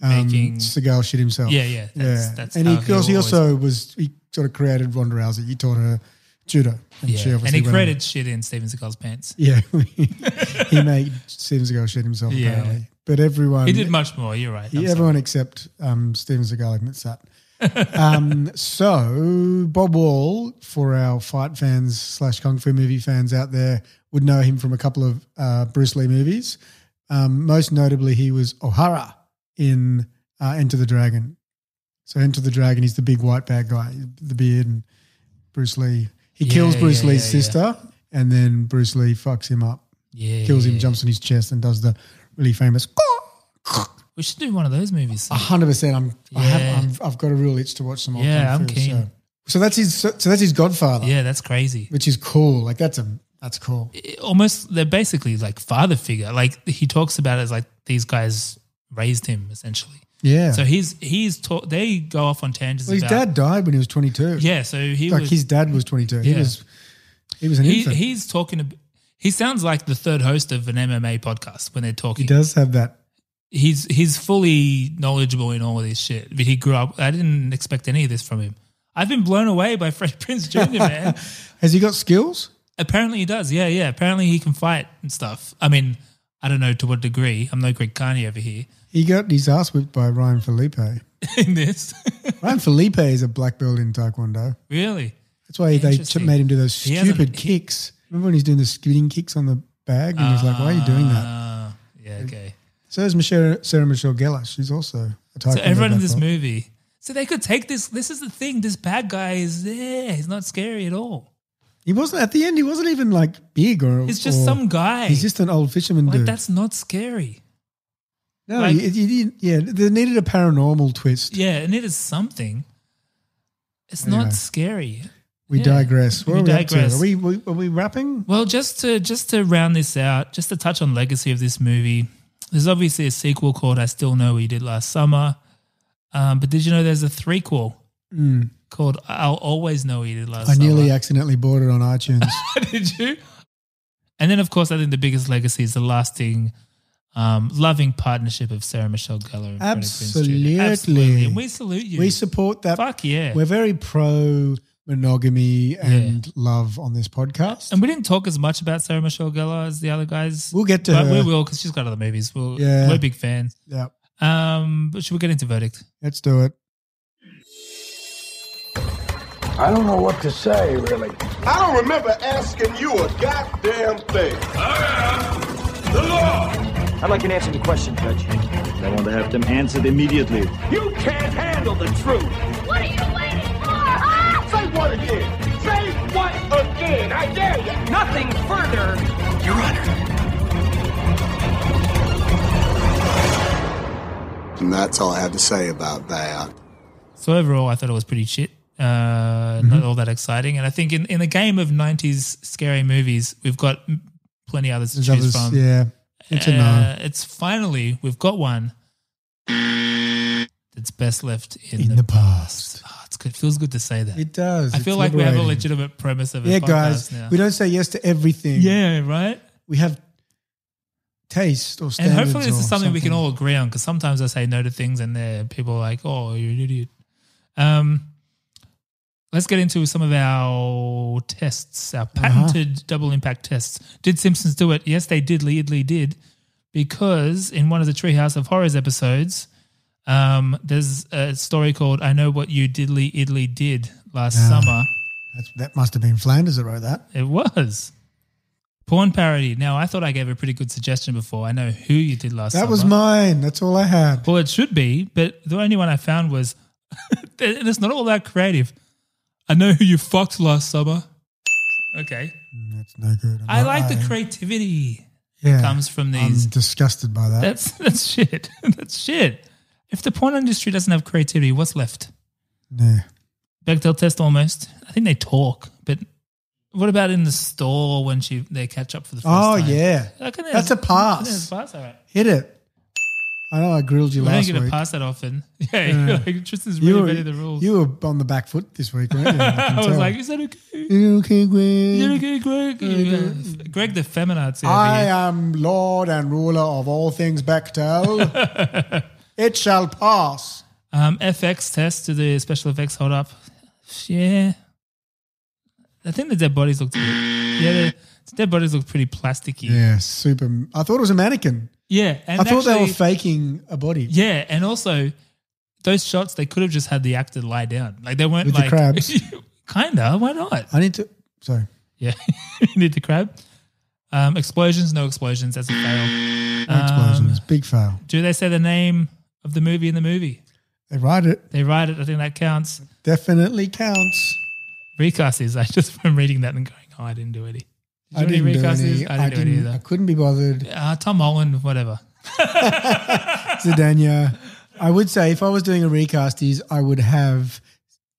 Um, making- Seagal shit himself. Yeah, yeah, that's- that's and how he, he because he always- also was he sort of created Ronda Rousey. He taught her judo, and yeah. she and obviously he went on- created shit in Steven Seagal's (laughs) pants. Yeah, he made Steven Seagal shit himself Yeah. apparently, but everyone He did much more. You're right. I'm He- everyone except um, Steven Seagal admits that. (laughs) um, so Bob Wall, for our fight fans slash kung fu movie fans out there, would know him from a couple of uh, Bruce Lee movies. Um, most notably, he was O'Hara in uh, Enter the Dragon. So Enter the Dragon, he's the big white bad guy, the beard, and Bruce Lee. He Yeah, kills Bruce yeah, Lee's yeah, yeah. sister, and then Bruce Lee fucks him up. Yeah, kills him, yeah. jumps on his chest, and does the really famous. We should do one of those movies. A hundred percent. I'm. I Yeah. have, I'm. I've got a real itch to watch some. old Yeah, Kung I'm Fu, keen. So. so that's his. So that's his Godfather. Yeah, that's crazy. Which is cool. Like that's a. That's cool. Almost, they're basically like father figure. Like he talks about it as like these guys raised him essentially. Yeah. So he's he's taught. They go off on tangents. Well, his about, dad died when he was 22. Yeah, so he like was- his dad was 22. He Yeah. was. He was an he, infant. He, he's talking. ab- He sounds like the third host of an MMA podcast when they're talking. does have that. He's he's fully knowledgeable in all of this shit. But he grew up. I didn't expect any of this from him. I've been blown away by (laughs) Fred Prince Jr. (laughs) Man, Has he got skills? apparently he does. Yeah, yeah. Apparently he can fight and stuff. I mean, I don't know to what degree. I'm no Greg Carney over here (laughs) He got his ass whipped by Ryan Felipe. in this. (laughs) Ryan Felipe is a black belt in Taekwondo. really, That's why they t- Interesting. made him do those He hasn't- stupid he- kicks. Remember when he's doing the skidding kicks on the bag, and he's like, "Why are you doing that?" Ah, yeah, okay. So is Michelle, Sarah Michelle Gellar. She's also a So taekwondo everyone in this black belt. movie. So they could take this. This is the thing. This bad guy is there. He's not scary at all. He wasn't at the end. He wasn't even like big or. He's just or- some guy. He's just an old fisherman Like dude. that's not scary. no, like- you, you didn't. Yeah, they needed a paranormal twist. Yeah, and it is something. It's Anyway. not scary. We Yeah. digress. What We are we up digress. to? Are we, we, are we wrapping? Well, just to just to round this out, just to touch on legacy of this movie, there's obviously a sequel called "I Still Know What You Did Last Summer," um, but did you know there's a threequel Mm. called "I'll Always Know What You Did Last I Summer"? nearly accidentally bought it (laughs) on iTunes. did you? And then, of course, I think the biggest legacy is the lasting, um, loving partnership of Sarah Michelle Gellar and Freddie Prinze Jr. Absolutely. absolutely. And we salute you. We support that. Fuck yeah. We're very pro monogamy and love on this podcast. And we didn't talk as much about Sarah Michelle Gellar as the other guys. We'll get to but her. we will because she's got other movies. We'll, Yeah. We're big fans. Yeah. Um, but should we get into verdict? Let's do it. I don't know what to say, really. I don't remember asking you a goddamn thing. the law. I'd like an answer to the question, Judge. I want to have them answered immediately. You can't handle the truth. What are you waiting for? Huh? Say what again? Say what again? I dare you. Nothing further, Your Honor. And that's all I have to say about that. So overall, I thought it was pretty shit. Uh, Mm-hmm. Not all that exciting. And I think in, in the game of 90s scary movies, we've got m- plenty others to There's choose others- from. Uh, yeah. It's a no. It's finally, we've got one that's best left in, In the, the past. Ah, it's good. It feels good to say that. It does. I It's feel like we have a liberating. legitimate premise of a Yeah, podcast guys, now. we don't say yes to everything. Yeah, right. We have taste or and standards. hopefully this or is something, we can all agree on because sometimes I say no to things and there people are like, oh, you're an idiot. Um, let's get into some of our tests, Uh-huh. our patented double impact tests. Did Simpsons do it? Yes, they did. Leadly did because in one of the Treehouse of Horrors episodes, um, there's a story called "I Know What You Diddly Idly Did Last Yeah. Summer." That's, that must have been Flanders that wrote that. It was. Porn parody. Now, I thought I gave a pretty good suggestion before. I know who you did last that summer. was mine. That's all I had. Well, it should be, but the only one I found was (laughs) and it's not all that creative. I know who you fucked last summer. Okay. That's no good. Mm, I like the I- creativity Yeah. Um, that comes from I'm these. disgusted by that. that's (laughs) that's shit. that's shit. If the porn industry doesn't have creativity, what's left? Nah. Bechdel test almost. I think they talk, but what about in the store when she they catch up for the first Oh, time? yeah. I can- That's a pass. I can- That's a pass, all right. Hit it. I know I grilled you I don't last get to week. pass that often. (laughs) Yeah, Yeah. you're like, Tristan's really were, ready the rules. You were on the back foot this week, weren't you? (laughs) I, can was tell. like, is that okay? You okay, Gwen? You're okay, Greg? Yeah. Greg the feminazi. over I here. am Lord and ruler of all things (laughs) Bechtel. it shall pass. Um, FX test to the special effects hold up. Yeah. I think the dead bodies looked good. Yeah, the, the dead bodies look pretty plasticky. Yeah, super. I thought it was a mannequin. Yeah, and I thought they were actually- faking a body. Yeah, and also those shots they could have just had the actor lie down. Like they weren't With the like (laughs) crabs. kinda, why not? I need to. Sorry. Yeah. (laughs) you need the crab. Um, explosions, no explosions, that's a fail. No explosions. Um, Big fail. do they say the name of the movie in the movie? They write it. They write it, I think that counts. Definitely counts. Recast is I (laughs) just from reading that and going, oh, I didn't do any. Did you I do didn't do recasts? any. I didn't do any I either. couldn't be (laughs) bothered. Uh, Tom Holland, whatever. Zidania. I would say if I was doing a recast, is I would have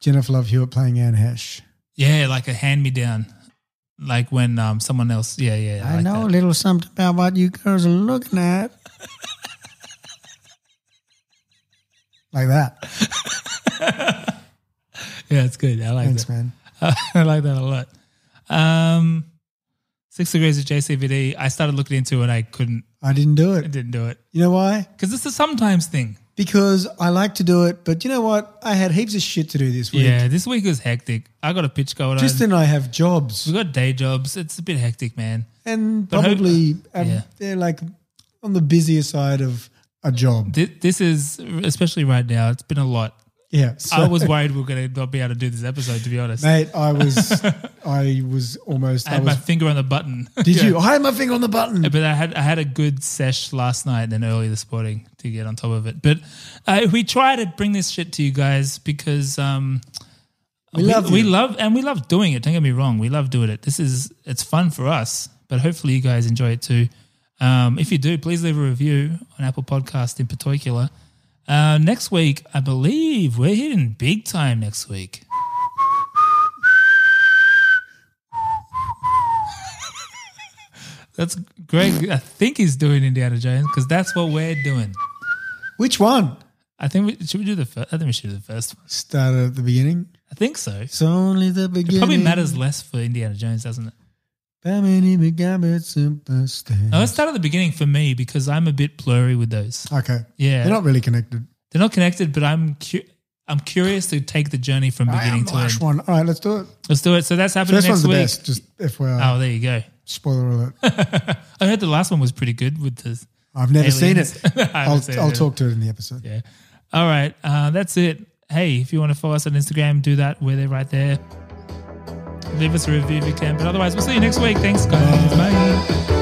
Jennifer Love Hewitt playing Anne Hesh. Yeah, like a hand me down. Like when um, someone else, yeah, yeah. I know a little something about what you girls are looking at. like that. Yeah, it's good. I like Thanks, that. man. (laughs) I like that a lot. Um, Six Degrees of JCVD. I started looking into it. I couldn't. I didn't do I it. didn't do it You know why? because it's a sometimes thing. Because I like to do it, but you know what? I had heaps of shit to do this week. Yeah, this week was hectic. I got a pitch going Tristan on. and I have jobs, We got day jobs. It's a bit hectic, man. and But hope- probably um, Yeah. they're like on the busier side of a job. Thi- This is especially right now. It's been a lot. Yeah, so- I was worried we were going to not be able to do this episode. To be honest, (laughs) Mate, (laughs) I was, I was almost. I I, had my was. finger on the button. Did (laughs) you? I had my finger on the button. But I had I had a good sesh last night and then early this morning to get on top of it. But uh, we try to bring this shit to you guys because um, We love we you. love and we love doing it. Don't get me wrong, we love doing it. This is it's fun for us, but hopefully you guys enjoy it too. Um, if you do, please leave a review on Apple Podcast in particular. Uh, next week, I believe we're hitting big time next week. That's Greg. I think he's doing Indiana Jones because that's what we're doing. Which one? I think we should we do the first. I think we should do the first one. Started at the beginning. I think so. It's only the It beginning. probably matters less for Indiana Jones, doesn't it? How many became superstars? No, let's start at the beginning for me because I'm a bit blurry with those. Okay. Yeah. They're not really connected. They're not connected, but I'm cu- I'm curious to take the journey from beginning to end. Last one. All right, let's do it. Let's do it. So that's happening First next one's the week. best. Just FYI. Oh, there you go. Spoiler alert. I heard the last one was pretty good with the. I've never seen aliens. it. (laughs) I haven't I'll, seen I'll it. talk to it in the episode. Yeah. All right. Uh, that's it. Hey, if you want to follow us on Instagram, do that. We're there right there. Leave us a review if you can. But otherwise, we'll see you next week. Thanks, guys. Bye.